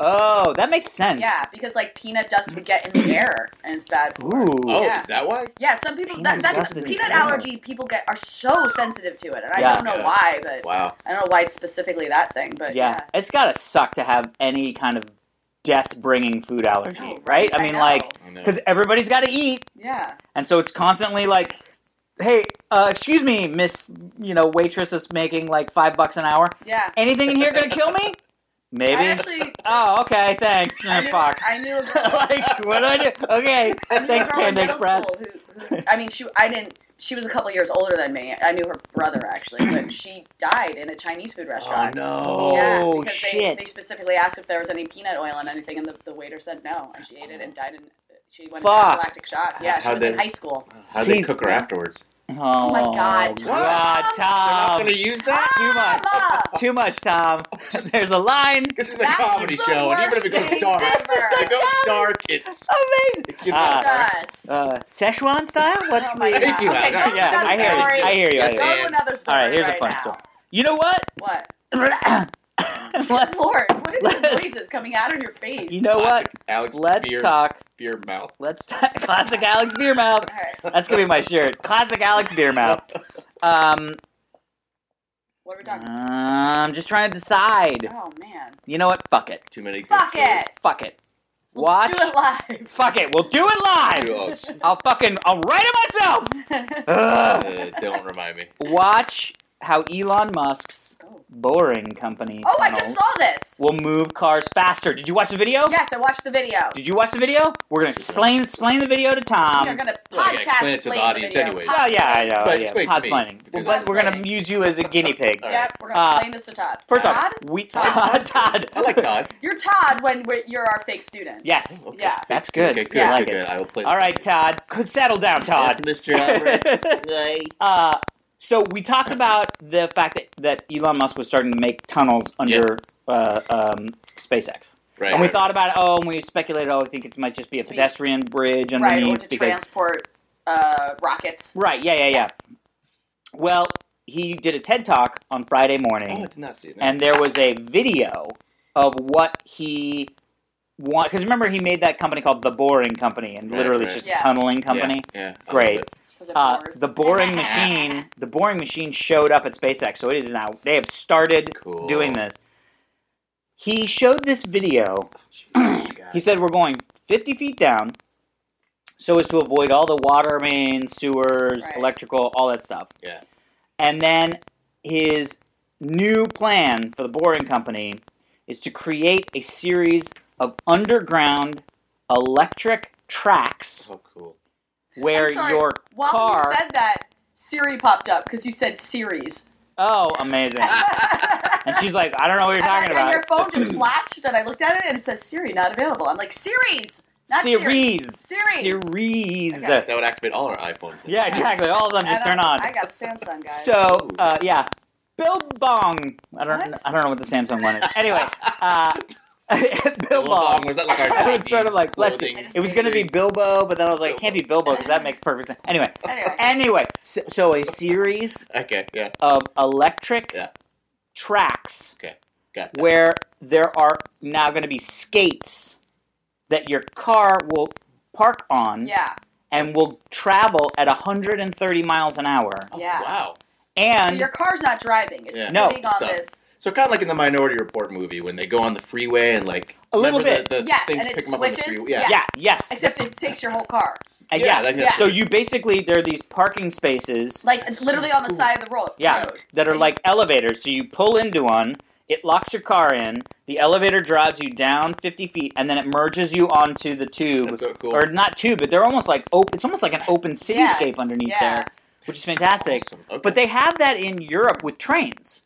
[SPEAKER 1] Oh, that makes sense.
[SPEAKER 3] Yeah, because like peanut dust would get in the air and it's bad. for
[SPEAKER 1] Ooh.
[SPEAKER 3] it.
[SPEAKER 4] Oh,
[SPEAKER 3] Yeah.
[SPEAKER 4] is that why?
[SPEAKER 3] Yeah, some people
[SPEAKER 1] Peanut
[SPEAKER 3] that, that's
[SPEAKER 1] dust in the
[SPEAKER 3] peanut
[SPEAKER 1] air.
[SPEAKER 3] allergy people get are so sensitive to it, and I
[SPEAKER 1] Yeah.
[SPEAKER 3] don't know
[SPEAKER 4] Yeah.
[SPEAKER 3] why, but
[SPEAKER 4] Wow.
[SPEAKER 3] I don't know why it's specifically that thing. But
[SPEAKER 1] yeah.
[SPEAKER 3] yeah,
[SPEAKER 1] It's gotta suck to have any kind of death-bringing food allergy,
[SPEAKER 3] Oh,
[SPEAKER 1] right? I mean,
[SPEAKER 3] know.
[SPEAKER 1] like,
[SPEAKER 4] I know.
[SPEAKER 1] because everybody's gotta eat,
[SPEAKER 3] yeah,
[SPEAKER 1] and so it's constantly like, "Hey, uh, excuse me, Miss, you know, waitress that's making like five bucks an hour.
[SPEAKER 3] yeah.
[SPEAKER 1] Anything in here gonna kill
[SPEAKER 4] [LAUGHS]
[SPEAKER 1] me? Maybe.
[SPEAKER 3] I
[SPEAKER 1] [LAUGHS]
[SPEAKER 3] actually,
[SPEAKER 1] Oh, okay. Thanks.
[SPEAKER 3] I
[SPEAKER 1] Eh,
[SPEAKER 3] knew, [LAUGHS]
[SPEAKER 1] fuck.
[SPEAKER 3] I knew
[SPEAKER 1] [LAUGHS]
[SPEAKER 3] a girl.
[SPEAKER 1] like, what do I do? Okay.
[SPEAKER 3] I knew
[SPEAKER 1] [LAUGHS]
[SPEAKER 3] a
[SPEAKER 1] Thanks,
[SPEAKER 3] girl in
[SPEAKER 1] Panda
[SPEAKER 3] middle
[SPEAKER 1] Express.
[SPEAKER 3] school who, who, I mean, she, I didn't. She was a couple years older than me. I knew her brother actually,
[SPEAKER 1] [CLEARS THROAT]
[SPEAKER 3] but she died in a Chinese food
[SPEAKER 4] Oh
[SPEAKER 3] restaurant.
[SPEAKER 4] no.
[SPEAKER 3] Yeah,
[SPEAKER 1] Oh,
[SPEAKER 3] because They,
[SPEAKER 1] shit.
[SPEAKER 3] they specifically asked if there was any peanut oil in anything, and the, the waiter said no, and she ate it and died. In she went
[SPEAKER 1] Fuck.
[SPEAKER 3] into anaphylactic shock. Yeah, she
[SPEAKER 4] How'd
[SPEAKER 3] was
[SPEAKER 4] they-
[SPEAKER 3] in high school.
[SPEAKER 4] How'd they
[SPEAKER 1] See-
[SPEAKER 4] cook her afterwards?
[SPEAKER 1] Oh,
[SPEAKER 3] my God.
[SPEAKER 1] God,
[SPEAKER 3] What?
[SPEAKER 4] They're not
[SPEAKER 1] Tom.
[SPEAKER 4] gonna use that.
[SPEAKER 1] [LAUGHS]
[SPEAKER 4] [LAUGHS]
[SPEAKER 1] Too
[SPEAKER 3] Ah,
[SPEAKER 1] much.
[SPEAKER 3] Mama!
[SPEAKER 1] Too much, Tom. [LAUGHS] There's a line.
[SPEAKER 4] This is a
[SPEAKER 3] That's
[SPEAKER 4] comedy
[SPEAKER 3] the
[SPEAKER 4] show, and even if
[SPEAKER 3] worst
[SPEAKER 4] it goes
[SPEAKER 3] thing
[SPEAKER 4] dark,
[SPEAKER 3] ever.
[SPEAKER 4] if it goes dark, it's
[SPEAKER 1] Amazing.
[SPEAKER 4] it gets
[SPEAKER 1] Ah.
[SPEAKER 4] dark. Oh,
[SPEAKER 3] Us.
[SPEAKER 1] Uh, Szechuan style? What's
[SPEAKER 3] Oh my
[SPEAKER 1] the?
[SPEAKER 3] God.
[SPEAKER 4] Thank you,
[SPEAKER 3] Okay,
[SPEAKER 4] Alex.
[SPEAKER 3] go to
[SPEAKER 1] Yeah,
[SPEAKER 3] another
[SPEAKER 1] I hear
[SPEAKER 3] story.
[SPEAKER 1] you. I hear you. I
[SPEAKER 4] Yes,
[SPEAKER 1] hear
[SPEAKER 3] Go
[SPEAKER 1] you.
[SPEAKER 4] I
[SPEAKER 3] to
[SPEAKER 4] am.
[SPEAKER 3] another story.
[SPEAKER 1] All right, here's
[SPEAKER 3] right
[SPEAKER 1] a fun
[SPEAKER 3] now.
[SPEAKER 1] story. You know what?
[SPEAKER 3] What?
[SPEAKER 1] [COUGHS] Let's-
[SPEAKER 3] Lord, what are
[SPEAKER 1] [LAUGHS] Let's-
[SPEAKER 3] these noises coming out of your face?
[SPEAKER 1] you know what?
[SPEAKER 4] Classic Alex
[SPEAKER 1] Let's
[SPEAKER 4] beer,
[SPEAKER 1] talk.
[SPEAKER 4] beer mouth.
[SPEAKER 1] Let's [LAUGHS] talk. Classic Alex Beermouth.
[SPEAKER 3] All right,
[SPEAKER 1] That's gonna be my shirt. Classic Alex
[SPEAKER 4] [LAUGHS]
[SPEAKER 1] Beermouth. Um,
[SPEAKER 3] what are
[SPEAKER 1] Mm.
[SPEAKER 3] we talking about?
[SPEAKER 1] I'm just trying to decide.
[SPEAKER 3] Oh man.
[SPEAKER 1] You know what? Fuck it.
[SPEAKER 4] Too many good
[SPEAKER 3] Fuck
[SPEAKER 4] stories.
[SPEAKER 3] it.
[SPEAKER 1] Fuck it.
[SPEAKER 3] We'll
[SPEAKER 1] Watch.
[SPEAKER 3] Do it live.
[SPEAKER 1] Fuck it. We'll do it live.
[SPEAKER 4] Too
[SPEAKER 1] [LAUGHS]
[SPEAKER 4] much.
[SPEAKER 1] I'll fucking. I'll write it myself. Ugh.
[SPEAKER 4] Uh, don't remind me.
[SPEAKER 1] Watch how Elon Musk's
[SPEAKER 3] oh,
[SPEAKER 1] boring company
[SPEAKER 3] [LAUGHS] Oh, I
[SPEAKER 1] tunnel
[SPEAKER 3] just saw this.
[SPEAKER 1] will move cars faster. Did you watch the video?
[SPEAKER 3] Yes, I watched the video.
[SPEAKER 1] Did you um, watch the video? We're gonna explain explain the video to Tom.
[SPEAKER 3] we are gonna podcast.
[SPEAKER 4] well, I gotta explain it to the
[SPEAKER 3] explain
[SPEAKER 4] audience
[SPEAKER 3] video.
[SPEAKER 4] anyways.
[SPEAKER 1] Well, Oh, yeah, I know.
[SPEAKER 4] But
[SPEAKER 1] yeah,
[SPEAKER 4] explain to
[SPEAKER 1] hot
[SPEAKER 4] me,
[SPEAKER 1] explaining.
[SPEAKER 4] because
[SPEAKER 1] But
[SPEAKER 3] I'm-
[SPEAKER 1] we're gonna use you as a guinea pig.
[SPEAKER 4] All
[SPEAKER 3] Yep, we're gonna
[SPEAKER 1] Uh,
[SPEAKER 3] explain this to Todd.
[SPEAKER 1] First
[SPEAKER 3] Todd,
[SPEAKER 1] off, we
[SPEAKER 3] Todd.
[SPEAKER 1] Todd. Todd.
[SPEAKER 4] I
[SPEAKER 1] [LAUGHS]
[SPEAKER 4] like Todd. Oh,
[SPEAKER 3] you're Todd when we're, you're our fake student.
[SPEAKER 1] Yes.
[SPEAKER 4] Okay.
[SPEAKER 3] Yeah.
[SPEAKER 1] That's good.
[SPEAKER 4] Okay, good,
[SPEAKER 1] I like
[SPEAKER 4] good,
[SPEAKER 1] it.
[SPEAKER 4] good. I will play.
[SPEAKER 1] All right, Todd. Could settle down, Todd.
[SPEAKER 4] Yes,
[SPEAKER 1] [LAUGHS]
[SPEAKER 4] Mr. Albert. Right.
[SPEAKER 1] Uh, so we talked about the fact that, that Elon Musk was starting to make tunnels under uh, um, SpaceX,
[SPEAKER 4] Right.
[SPEAKER 1] and we thought about oh, and we speculated oh, I think it might just be a
[SPEAKER 3] To be-
[SPEAKER 1] pedestrian bridge
[SPEAKER 3] Right,
[SPEAKER 1] underneath
[SPEAKER 3] or to
[SPEAKER 1] because
[SPEAKER 3] transport uh, rockets.
[SPEAKER 1] right, yeah, yeah, yeah. Well, he did a TED talk on Friday
[SPEAKER 4] Oh,
[SPEAKER 1] morning,
[SPEAKER 4] I did not see it.
[SPEAKER 1] and there was a video of what he want because remember he made that company called the Boring Company, and
[SPEAKER 4] Right,
[SPEAKER 1] literally
[SPEAKER 4] right.
[SPEAKER 1] it's just
[SPEAKER 3] Yeah.
[SPEAKER 1] a tunneling company.
[SPEAKER 4] Yeah. yeah I
[SPEAKER 1] Great.
[SPEAKER 4] love it.
[SPEAKER 3] 'cause it
[SPEAKER 1] Uh,
[SPEAKER 3] pours.
[SPEAKER 1] the boring
[SPEAKER 3] [LAUGHS]
[SPEAKER 1] machine, the boring machine showed up at SpaceX, so it is now. They have started
[SPEAKER 4] Cool.
[SPEAKER 1] doing this. He showed this video.
[SPEAKER 4] Jesus,
[SPEAKER 1] He
[SPEAKER 4] Oh, guys.
[SPEAKER 1] said we're going 50 feet down, so as to avoid all the water mains, sewers,
[SPEAKER 3] Right.
[SPEAKER 1] electrical, all that stuff.
[SPEAKER 4] Yeah.
[SPEAKER 1] And then his new plan for the boring company is to create a series of underground electric tracks
[SPEAKER 4] So cool.
[SPEAKER 1] where
[SPEAKER 3] I'm sorry,
[SPEAKER 1] your
[SPEAKER 3] While
[SPEAKER 1] car
[SPEAKER 3] you said that, Siri popped up because you
[SPEAKER 1] [LAUGHS]
[SPEAKER 3] said series.
[SPEAKER 1] Oh, amazing. and she's like, I don't know what you're
[SPEAKER 3] and, [LAUGHS] I-
[SPEAKER 1] talking
[SPEAKER 3] and
[SPEAKER 1] about.
[SPEAKER 3] your phone
[SPEAKER 1] [CLEARS THROAT]
[SPEAKER 3] just flashed, and I looked at it, and it says Siri not available. I'm like series, not
[SPEAKER 1] Series.
[SPEAKER 3] Series.
[SPEAKER 1] Series.
[SPEAKER 3] Okay.
[SPEAKER 4] That would activate all our iPhones.
[SPEAKER 1] Yeah, exactly. All of them
[SPEAKER 3] And
[SPEAKER 1] just
[SPEAKER 3] I-
[SPEAKER 1] turn on.
[SPEAKER 3] I got Samsung, guys.
[SPEAKER 1] So, uh, yeah. Bill Bong. I don't
[SPEAKER 3] What?
[SPEAKER 1] I don't know what the Samsung one is. Anyway, uh, [LAUGHS] Bill Bong.
[SPEAKER 4] Long. Was that like our
[SPEAKER 1] [LAUGHS] I was sort of
[SPEAKER 4] 90s
[SPEAKER 1] like, let's
[SPEAKER 4] clothing?
[SPEAKER 1] It was going to be Bilbo, but then I was like, it can't be Bilbo because that makes perfect sense. Anyway,
[SPEAKER 3] anyway,
[SPEAKER 1] anyway, so, so a series
[SPEAKER 4] Okay, yeah.
[SPEAKER 1] of electric
[SPEAKER 4] Yeah.
[SPEAKER 1] tracks
[SPEAKER 4] Got that.
[SPEAKER 1] where there are now going to be skates that your car will park on
[SPEAKER 3] yeah,
[SPEAKER 1] and will travel at 130 miles an hour.
[SPEAKER 4] Oh,
[SPEAKER 3] Yeah.
[SPEAKER 4] Wow.
[SPEAKER 3] so
[SPEAKER 1] And
[SPEAKER 3] your car's not driving; it's
[SPEAKER 4] Yeah.
[SPEAKER 1] No,
[SPEAKER 3] sitting on
[SPEAKER 4] stop.
[SPEAKER 3] this.
[SPEAKER 4] So kind of like in the Minority Report movie when they go on the freeway and like
[SPEAKER 1] A little
[SPEAKER 4] remember
[SPEAKER 1] bit.
[SPEAKER 4] the, the
[SPEAKER 3] Yes,
[SPEAKER 4] things
[SPEAKER 3] and it
[SPEAKER 4] pick them up on the
[SPEAKER 3] switches.
[SPEAKER 4] freeway. Yeah.
[SPEAKER 1] yeah, yes.
[SPEAKER 3] Except it takes your whole car,
[SPEAKER 1] And yeah.
[SPEAKER 4] like
[SPEAKER 3] yeah.
[SPEAKER 1] So you basically there are these parking spaces
[SPEAKER 3] like it's literally on the
[SPEAKER 4] cool.
[SPEAKER 3] side of the road.
[SPEAKER 1] Yeah.
[SPEAKER 3] road.
[SPEAKER 1] that are
[SPEAKER 3] And
[SPEAKER 1] like elevators. So you pull into one, it locks your car in, the elevator drives you down 50 feet and then it merges you onto the tube
[SPEAKER 4] That's so cool.
[SPEAKER 1] or not tube, but they're almost like op- it's almost like an open cityscape underneath
[SPEAKER 3] Yeah.
[SPEAKER 1] there, which is fantastic.
[SPEAKER 4] Awesome. Okay.
[SPEAKER 1] But they have that in Europe with trains.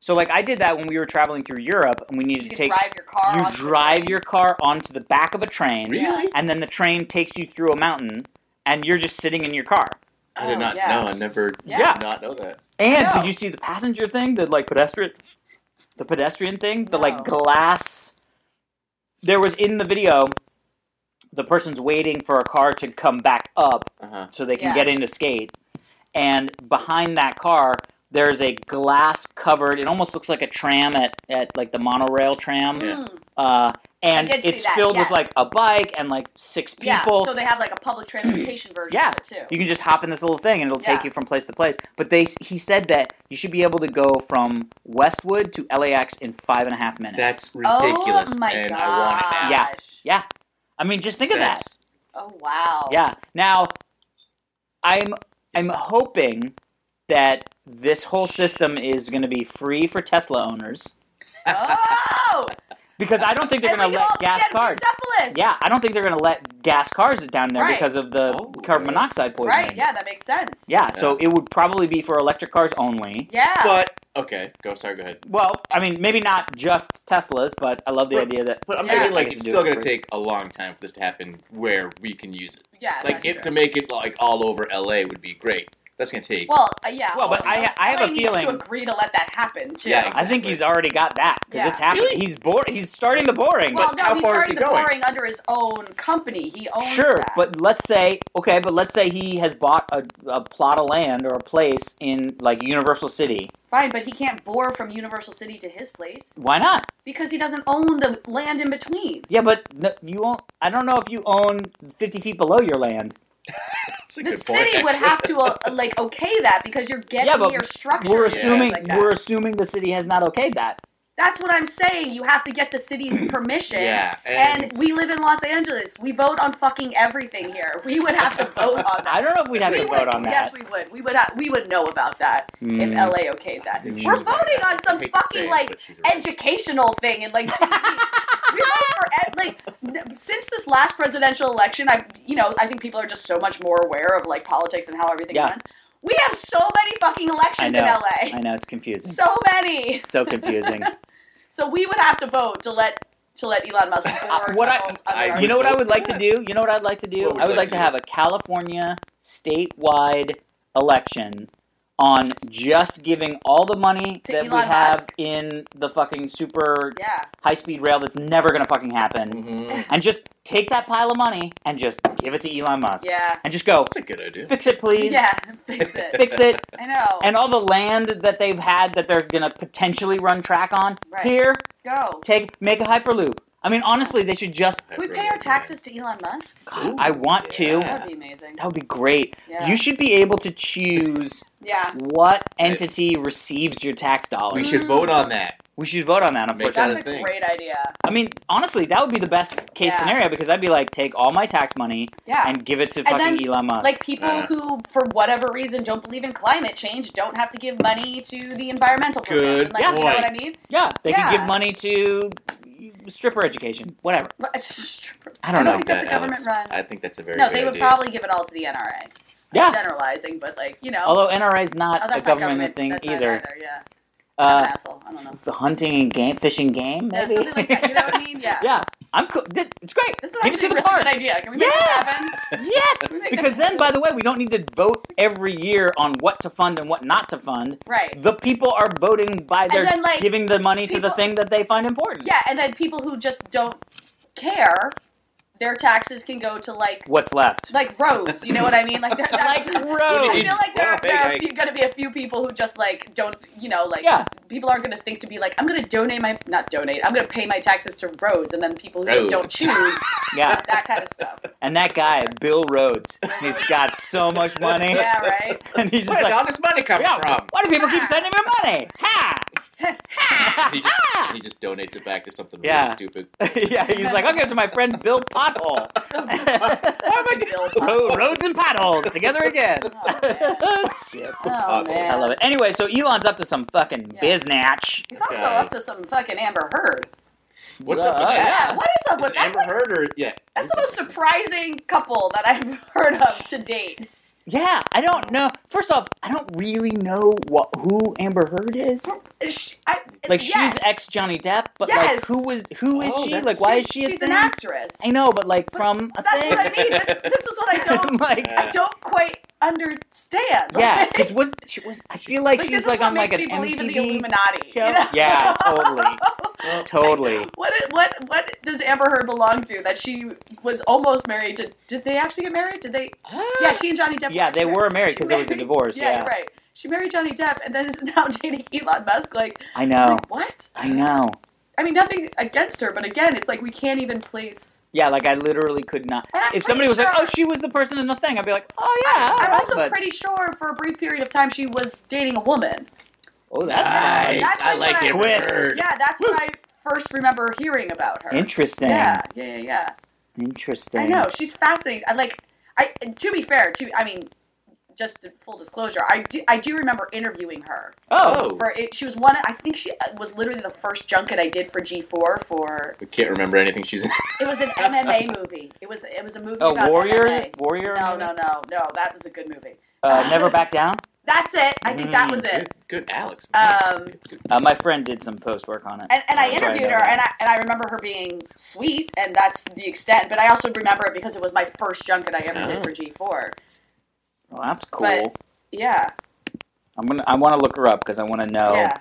[SPEAKER 1] So like I did that when we were traveling through Europe and we
[SPEAKER 3] you
[SPEAKER 1] needed to
[SPEAKER 3] can
[SPEAKER 1] take
[SPEAKER 3] drive your car.
[SPEAKER 1] you
[SPEAKER 3] onto the
[SPEAKER 1] drive
[SPEAKER 3] road.
[SPEAKER 1] your car onto the back of a train
[SPEAKER 4] Really?
[SPEAKER 1] and then the train takes you through a mountain and you're just sitting in your car.
[SPEAKER 4] I did
[SPEAKER 3] Oh,
[SPEAKER 4] not
[SPEAKER 3] yeah.
[SPEAKER 4] know. I never
[SPEAKER 3] Yeah.
[SPEAKER 4] did not know that.
[SPEAKER 1] And
[SPEAKER 3] No.
[SPEAKER 1] did you see the passenger thing? The like pedestrian the pedestrian thing? The
[SPEAKER 3] No.
[SPEAKER 1] like glass there was in the video, the person's waiting for a car to come back up
[SPEAKER 4] Uh-huh.
[SPEAKER 1] so they can
[SPEAKER 3] Yeah.
[SPEAKER 1] get in to skate. And behind that car, there's a glass covered. It almost looks like a tram at, at like the monorail tram.
[SPEAKER 4] Yeah.
[SPEAKER 3] Mm,
[SPEAKER 1] Uh, and
[SPEAKER 3] I did see
[SPEAKER 1] it's
[SPEAKER 3] that,
[SPEAKER 1] filled
[SPEAKER 3] yes.
[SPEAKER 1] with like a bike and like six people.
[SPEAKER 3] yeah. So they have like a public transportation version
[SPEAKER 1] Yeah.
[SPEAKER 3] of it too.
[SPEAKER 1] You can just hop in this little thing and it'll take
[SPEAKER 3] Yeah.
[SPEAKER 1] you from place to place. But they he said that you should be able to go from Westwood to LAX in five and a half minutes.
[SPEAKER 4] That's ridiculous.
[SPEAKER 3] Oh my
[SPEAKER 4] and
[SPEAKER 3] gosh.
[SPEAKER 4] I want it now.
[SPEAKER 1] Yeah. yeah. I mean, just think of that.
[SPEAKER 4] That's-
[SPEAKER 3] Oh wow.
[SPEAKER 1] Yeah. Now, I'm I'm hoping that this whole system is going to be free for Tesla owners
[SPEAKER 3] [LAUGHS] Oh.
[SPEAKER 1] because I don't think [LAUGHS] they're
[SPEAKER 3] and
[SPEAKER 1] going
[SPEAKER 3] we
[SPEAKER 1] to
[SPEAKER 3] all
[SPEAKER 1] let gas
[SPEAKER 3] get
[SPEAKER 1] cars.
[SPEAKER 3] Bucephalus.
[SPEAKER 1] Yeah, I don't think they're going to let gas cars down there
[SPEAKER 3] Right.
[SPEAKER 1] because of the
[SPEAKER 4] Oh.
[SPEAKER 1] carbon monoxide poisoning.
[SPEAKER 3] Right. Yeah, that makes sense.
[SPEAKER 1] Yeah, so it would probably be for electric cars only.
[SPEAKER 3] Yeah.
[SPEAKER 4] But okay, go. Sorry, go ahead.
[SPEAKER 1] Well, I mean, maybe not just Teslas, but I love the
[SPEAKER 4] Right.
[SPEAKER 1] idea that.
[SPEAKER 4] But I'm
[SPEAKER 3] Yeah.
[SPEAKER 4] thinking
[SPEAKER 1] I
[SPEAKER 4] like
[SPEAKER 1] can
[SPEAKER 4] it's
[SPEAKER 1] do
[SPEAKER 4] still
[SPEAKER 1] it
[SPEAKER 4] gonna
[SPEAKER 1] for-
[SPEAKER 4] take a long time for this to happen where we can use it.
[SPEAKER 3] yeah.
[SPEAKER 4] Like
[SPEAKER 3] that's
[SPEAKER 4] it,
[SPEAKER 3] true.
[SPEAKER 4] to make it like all over LA would be great. That's gonna take.
[SPEAKER 3] Well, uh, yeah.
[SPEAKER 1] Well, but
[SPEAKER 3] although
[SPEAKER 1] I- I have a
[SPEAKER 3] LA needs
[SPEAKER 1] feeling-
[SPEAKER 3] to agree to let that happen too.
[SPEAKER 4] Yeah,
[SPEAKER 1] I think
[SPEAKER 4] Exactly.
[SPEAKER 1] he's already got that because
[SPEAKER 3] Yeah.
[SPEAKER 1] it's happening.
[SPEAKER 4] Really?
[SPEAKER 1] He's bored. He's starting the boring.
[SPEAKER 3] Well,
[SPEAKER 4] But
[SPEAKER 3] no,
[SPEAKER 4] how
[SPEAKER 3] he
[SPEAKER 4] far is
[SPEAKER 3] started
[SPEAKER 4] he
[SPEAKER 3] the
[SPEAKER 4] going?
[SPEAKER 3] boring under his own company. He owns
[SPEAKER 1] Sure,
[SPEAKER 3] that.
[SPEAKER 1] but let's say okay, but let's say he has bought a, a plot of land or a place in like Universal City.
[SPEAKER 3] fine, but he can't bore from Universal City to his place
[SPEAKER 1] Why not?
[SPEAKER 3] because he doesn't own the land in between.
[SPEAKER 1] Yeah, but n you won't. I don't know if you own fifty feet below your land.
[SPEAKER 4] That's a
[SPEAKER 3] The
[SPEAKER 4] good point,
[SPEAKER 3] city would
[SPEAKER 4] actually.
[SPEAKER 3] have
[SPEAKER 4] [LAUGHS]
[SPEAKER 3] to uh, like okay that because you're getting
[SPEAKER 1] Yeah, but
[SPEAKER 3] your structure.
[SPEAKER 1] We're
[SPEAKER 3] and
[SPEAKER 1] assuming
[SPEAKER 3] stuff like that.
[SPEAKER 1] we're assuming the city has not okayed that.
[SPEAKER 3] That's what I'm saying. You have to get the
[SPEAKER 4] [CLEARS THROAT]
[SPEAKER 3] city's permission.
[SPEAKER 4] Yeah,
[SPEAKER 3] And,
[SPEAKER 4] and,
[SPEAKER 3] we live in Los Angeles. We vote on fucking everything here. We would have
[SPEAKER 4] [LAUGHS]
[SPEAKER 3] to vote on that.
[SPEAKER 1] I don't know if we'd have
[SPEAKER 3] We
[SPEAKER 1] to
[SPEAKER 3] would-
[SPEAKER 1] vote on
[SPEAKER 3] Yes,
[SPEAKER 1] that.
[SPEAKER 3] we would. We would. Ha- we would know about that if
[SPEAKER 1] Mm.
[SPEAKER 3] LA okayed that.
[SPEAKER 4] think she's
[SPEAKER 3] We're
[SPEAKER 4] right.
[SPEAKER 3] voting on
[SPEAKER 4] I
[SPEAKER 3] some
[SPEAKER 4] hate to say
[SPEAKER 3] fucking
[SPEAKER 4] it,
[SPEAKER 3] like
[SPEAKER 4] but she's right.
[SPEAKER 3] educational thing and like
[SPEAKER 1] [LAUGHS]
[SPEAKER 3] we vote for ed- like n- since this last presidential election i you know i think people are just so much more aware of like politics and how everything
[SPEAKER 1] Yeah.
[SPEAKER 3] runs we have so many fucking elections in
[SPEAKER 1] know.
[SPEAKER 3] la [LAUGHS]
[SPEAKER 1] I know it's confusing.
[SPEAKER 3] so many
[SPEAKER 1] so confusing.
[SPEAKER 3] so we would have to vote to let to let elon musk board
[SPEAKER 1] what I-
[SPEAKER 3] Trump's
[SPEAKER 4] I-
[SPEAKER 3] other-
[SPEAKER 1] You know what I would like to
[SPEAKER 4] Yeah.
[SPEAKER 1] do? You know what I'd like to do?
[SPEAKER 4] What
[SPEAKER 1] I
[SPEAKER 4] would you
[SPEAKER 1] would like,
[SPEAKER 4] like
[SPEAKER 1] to,
[SPEAKER 4] to
[SPEAKER 1] have a California statewide election on just giving all the money
[SPEAKER 3] To
[SPEAKER 1] that we
[SPEAKER 3] Elon
[SPEAKER 1] have
[SPEAKER 3] Musk.
[SPEAKER 1] in the fucking super
[SPEAKER 3] yeah
[SPEAKER 1] high speed rail that's never gonna fucking happen.
[SPEAKER 3] [LAUGHS]
[SPEAKER 4] Mhm.
[SPEAKER 1] And just take that pile of money and just give it to Elon Musk.
[SPEAKER 3] yeah
[SPEAKER 1] And just go,
[SPEAKER 4] That's a good idea.
[SPEAKER 1] fix it please.
[SPEAKER 3] yeah [LAUGHS]
[SPEAKER 1] [LAUGHS]
[SPEAKER 3] fix
[SPEAKER 4] [LAUGHS]
[SPEAKER 3] it
[SPEAKER 1] Fix it.
[SPEAKER 3] i know
[SPEAKER 1] And all the land that they've had that they're gonna potentially run track on,
[SPEAKER 3] Right.
[SPEAKER 1] here,
[SPEAKER 3] go
[SPEAKER 1] take make a hyperloop. I mean honestly they should just
[SPEAKER 4] I
[SPEAKER 3] Can we
[SPEAKER 4] really
[SPEAKER 3] pay our
[SPEAKER 4] like that.
[SPEAKER 3] taxes to elon musk
[SPEAKER 4] Ooh,
[SPEAKER 1] I want to.
[SPEAKER 4] yeah.
[SPEAKER 3] that would be amazing
[SPEAKER 1] That would be great.
[SPEAKER 3] yeah
[SPEAKER 1] You should be able to choose
[SPEAKER 3] yeah
[SPEAKER 1] what entity receives your tax
[SPEAKER 4] Oh, We
[SPEAKER 1] dollars.
[SPEAKER 4] should vote on that.
[SPEAKER 1] We should vote on that,
[SPEAKER 4] Make
[SPEAKER 1] unfortunately.
[SPEAKER 4] that
[SPEAKER 3] that's a
[SPEAKER 4] thing.
[SPEAKER 3] great idea
[SPEAKER 1] I mean, honestly, that would be the best case
[SPEAKER 3] Yeah.
[SPEAKER 1] scenario because I'd be like, take all my tax money
[SPEAKER 3] yeah
[SPEAKER 1] and give it to
[SPEAKER 3] And
[SPEAKER 1] fucking
[SPEAKER 3] then,
[SPEAKER 1] Elon Musk.
[SPEAKER 3] like people
[SPEAKER 4] Yeah.
[SPEAKER 3] who for whatever reason don't believe in climate change don't have to give money to the environmental programs.
[SPEAKER 4] Good
[SPEAKER 3] like, you know
[SPEAKER 4] point.
[SPEAKER 3] what I mean?
[SPEAKER 1] yeah, they could
[SPEAKER 3] yeah.
[SPEAKER 1] give money to stripper education, whatever.
[SPEAKER 3] But- I
[SPEAKER 1] I don't know.
[SPEAKER 3] think that's a government run.
[SPEAKER 4] Alex. I think that's a very
[SPEAKER 3] no,
[SPEAKER 4] good
[SPEAKER 3] they would
[SPEAKER 4] idea.
[SPEAKER 3] probably give it all to the NRA.
[SPEAKER 1] Yeah.
[SPEAKER 3] generalizing, but like you know,
[SPEAKER 1] Although NRA is not
[SPEAKER 3] oh,
[SPEAKER 1] a
[SPEAKER 3] that's not
[SPEAKER 1] government,
[SPEAKER 3] government
[SPEAKER 1] thing
[SPEAKER 3] that's not
[SPEAKER 1] either.
[SPEAKER 3] either, Yeah, I'm an
[SPEAKER 1] Uh,
[SPEAKER 3] asshole. I don't know.
[SPEAKER 1] the hunting and game, fishing game,
[SPEAKER 3] Yeah,
[SPEAKER 1] maybe.
[SPEAKER 3] something like that. You know what I mean? Yeah.
[SPEAKER 1] [LAUGHS] yeah, I'm cool. It's great.
[SPEAKER 3] This is
[SPEAKER 1] Give it
[SPEAKER 3] actually
[SPEAKER 1] to
[SPEAKER 3] a
[SPEAKER 1] the
[SPEAKER 3] really
[SPEAKER 1] parks.
[SPEAKER 3] good idea. Can we make
[SPEAKER 1] Yeah.
[SPEAKER 3] that
[SPEAKER 4] [LAUGHS]
[SPEAKER 3] happen? [LAUGHS]
[SPEAKER 1] Yes,
[SPEAKER 3] We make that
[SPEAKER 1] because then,
[SPEAKER 3] happen.
[SPEAKER 1] by the way, we don't need to vote every year on what to fund and what not to fund.
[SPEAKER 3] Right.
[SPEAKER 1] The people are voting by their
[SPEAKER 3] then, like,
[SPEAKER 1] giving the money to the
[SPEAKER 3] people-
[SPEAKER 1] thing that they find important.
[SPEAKER 3] Yeah, and then people who just don't care, their taxes can go to like
[SPEAKER 1] What's left?
[SPEAKER 3] like roads. You know what I mean?
[SPEAKER 4] [LAUGHS]
[SPEAKER 1] [LAUGHS]
[SPEAKER 3] Like they're, [LAUGHS]
[SPEAKER 1] Like roads.
[SPEAKER 3] I feel like there are,
[SPEAKER 4] Well,
[SPEAKER 3] there are
[SPEAKER 4] hey,
[SPEAKER 3] going to be a few people who just like don't, you know, like
[SPEAKER 1] Yeah.
[SPEAKER 3] people aren't going to think to be like, I'm going to donate my, not donate, I'm going to pay my taxes to roads, and then people who just don't
[SPEAKER 4] Roads.
[SPEAKER 3] choose
[SPEAKER 1] Yeah.
[SPEAKER 3] that kind of
[SPEAKER 4] [LAUGHS]
[SPEAKER 3] stuff.
[SPEAKER 1] And that guy, Bill Rhodes, he's got so much money,
[SPEAKER 3] Yeah,
[SPEAKER 4] [LAUGHS]
[SPEAKER 3] right.
[SPEAKER 1] [LAUGHS] and he's just
[SPEAKER 4] Where's
[SPEAKER 1] like,
[SPEAKER 4] all this money coming
[SPEAKER 1] yeah, [LAUGHS]
[SPEAKER 4] from?
[SPEAKER 1] why do people keep sending me money? Ha!
[SPEAKER 4] He
[SPEAKER 1] Ha!
[SPEAKER 4] just, he just donates it back to something really
[SPEAKER 1] Yeah.
[SPEAKER 4] stupid.
[SPEAKER 1] [LAUGHS] yeah, he's like, I'll give it to my friend Bill
[SPEAKER 3] [LAUGHS]
[SPEAKER 1] Pothole.
[SPEAKER 3] Bill
[SPEAKER 1] Ro-
[SPEAKER 3] Gates.
[SPEAKER 1] Roads and potholes together again.
[SPEAKER 3] Oh, man.
[SPEAKER 1] [LAUGHS]
[SPEAKER 4] [LAUGHS]
[SPEAKER 1] Shit.
[SPEAKER 3] Oh man,
[SPEAKER 1] I love it. Anyway, so Elon's up to some fucking
[SPEAKER 3] Yeah.
[SPEAKER 1] biznatch.
[SPEAKER 3] He's also
[SPEAKER 4] Okay.
[SPEAKER 3] up to some fucking Amber Heard.
[SPEAKER 4] What's up
[SPEAKER 1] Oh,
[SPEAKER 4] with
[SPEAKER 1] yeah.
[SPEAKER 4] that?
[SPEAKER 3] Yeah, what
[SPEAKER 1] [LAUGHS]
[SPEAKER 3] is up
[SPEAKER 4] Is
[SPEAKER 3] with
[SPEAKER 4] it
[SPEAKER 3] that?
[SPEAKER 4] Amber Heard or yeah?
[SPEAKER 3] That's the most surprising couple that I've [LAUGHS] heard of to date.
[SPEAKER 1] Yeah, I don't know. First off, I don't really know what who Amber Heard is.
[SPEAKER 3] She- I-
[SPEAKER 1] Like
[SPEAKER 3] yes.
[SPEAKER 1] she's ex Johnny Depp, but
[SPEAKER 3] Yes.
[SPEAKER 1] like who was who is
[SPEAKER 4] Oh,
[SPEAKER 1] she?
[SPEAKER 4] that's-
[SPEAKER 1] Like why is she
[SPEAKER 3] She's
[SPEAKER 1] a
[SPEAKER 3] an
[SPEAKER 1] thing?
[SPEAKER 3] actress.
[SPEAKER 1] I know, but like
[SPEAKER 3] But
[SPEAKER 1] from a
[SPEAKER 3] That's
[SPEAKER 1] thing.
[SPEAKER 3] what I mean. That's, this is
[SPEAKER 4] [LAUGHS]
[SPEAKER 3] what
[SPEAKER 1] [LAUGHS]
[SPEAKER 3] I don't. [LAUGHS]
[SPEAKER 1] like
[SPEAKER 4] Yeah.
[SPEAKER 3] I don't quite understand.
[SPEAKER 1] yeah,
[SPEAKER 3] Like,
[SPEAKER 1] because what she was, I feel like,
[SPEAKER 3] [LAUGHS] like,
[SPEAKER 1] she's
[SPEAKER 3] this
[SPEAKER 1] like
[SPEAKER 3] is what
[SPEAKER 1] on like
[SPEAKER 3] makes
[SPEAKER 1] an [LAUGHS]
[SPEAKER 3] me believe in the
[SPEAKER 1] MTV
[SPEAKER 3] Illuminati.
[SPEAKER 1] show.
[SPEAKER 3] you know?
[SPEAKER 1] Yeah, totally. Totally.
[SPEAKER 3] [LAUGHS] What what what does Amber Heard belong to? That she was almost married to? Did they actually get married? Did they? Yeah, she and Johnny Depp.
[SPEAKER 1] Yeah, they
[SPEAKER 3] married.
[SPEAKER 1] were married because
[SPEAKER 3] She
[SPEAKER 1] there was a
[SPEAKER 3] married-
[SPEAKER 1] divorce.
[SPEAKER 3] Yeah,
[SPEAKER 1] Yeah,
[SPEAKER 3] You're right. She married Johnny Depp and then is [LAUGHS] now dating Elon Musk. Like,
[SPEAKER 1] I know.
[SPEAKER 3] like what?
[SPEAKER 1] I know.
[SPEAKER 3] I mean, nothing against her, but again, it's like we can't even place.
[SPEAKER 1] Yeah, like I literally could not.
[SPEAKER 3] And I'm
[SPEAKER 1] If somebody
[SPEAKER 3] pretty
[SPEAKER 1] was like,
[SPEAKER 3] sure-
[SPEAKER 1] "Oh, she was the person in the thing," I'd be like, "Oh yeah." all
[SPEAKER 3] I'm
[SPEAKER 1] right,
[SPEAKER 3] also
[SPEAKER 1] but-
[SPEAKER 3] pretty sure for a brief period of time she was dating a woman.
[SPEAKER 1] Oh, that's
[SPEAKER 4] Nice.
[SPEAKER 1] nice.
[SPEAKER 3] That's
[SPEAKER 4] I
[SPEAKER 3] like
[SPEAKER 4] like
[SPEAKER 3] what I-
[SPEAKER 4] it.
[SPEAKER 1] Twist.
[SPEAKER 4] Bird.
[SPEAKER 3] Yeah, that's what I first remember hearing about her.
[SPEAKER 1] Interesting.
[SPEAKER 3] Yeah, yeah, yeah, yeah.
[SPEAKER 1] Interesting.
[SPEAKER 3] I know she's fascinating. I like. I and to be fair, to I mean, just to full disclosure, I do I do remember interviewing her
[SPEAKER 1] Oh,
[SPEAKER 4] Oh.
[SPEAKER 3] for it, she was one. of- I think she uh, was literally the first junket I did for G four for
[SPEAKER 4] We can't remember anything she's in.
[SPEAKER 3] it was an MMA movie. It was it was a movie
[SPEAKER 1] oh,
[SPEAKER 3] about
[SPEAKER 1] warrior,
[SPEAKER 3] MMA.
[SPEAKER 1] warrior.
[SPEAKER 3] No, no, no, no. That was a good movie. [LAUGHS]
[SPEAKER 1] Uh, never back down.
[SPEAKER 3] That's it. I think that
[SPEAKER 1] Mm,
[SPEAKER 3] was it.
[SPEAKER 4] Good, good Alex.
[SPEAKER 3] Um,
[SPEAKER 4] Good, good.
[SPEAKER 1] Uh, my friend did some post work on it.
[SPEAKER 3] And, and I
[SPEAKER 1] That's where I
[SPEAKER 3] interviewed
[SPEAKER 1] know
[SPEAKER 3] her,
[SPEAKER 1] that.
[SPEAKER 3] and I and I remember her being sweet, and that's the extent. But I also remember it because it was my first junket I ever did
[SPEAKER 4] Oh.
[SPEAKER 3] for G four.
[SPEAKER 1] Well, that's cool.
[SPEAKER 3] But- Yeah,
[SPEAKER 1] I'm gonna. I want to look her up because I want to know.
[SPEAKER 3] yeah.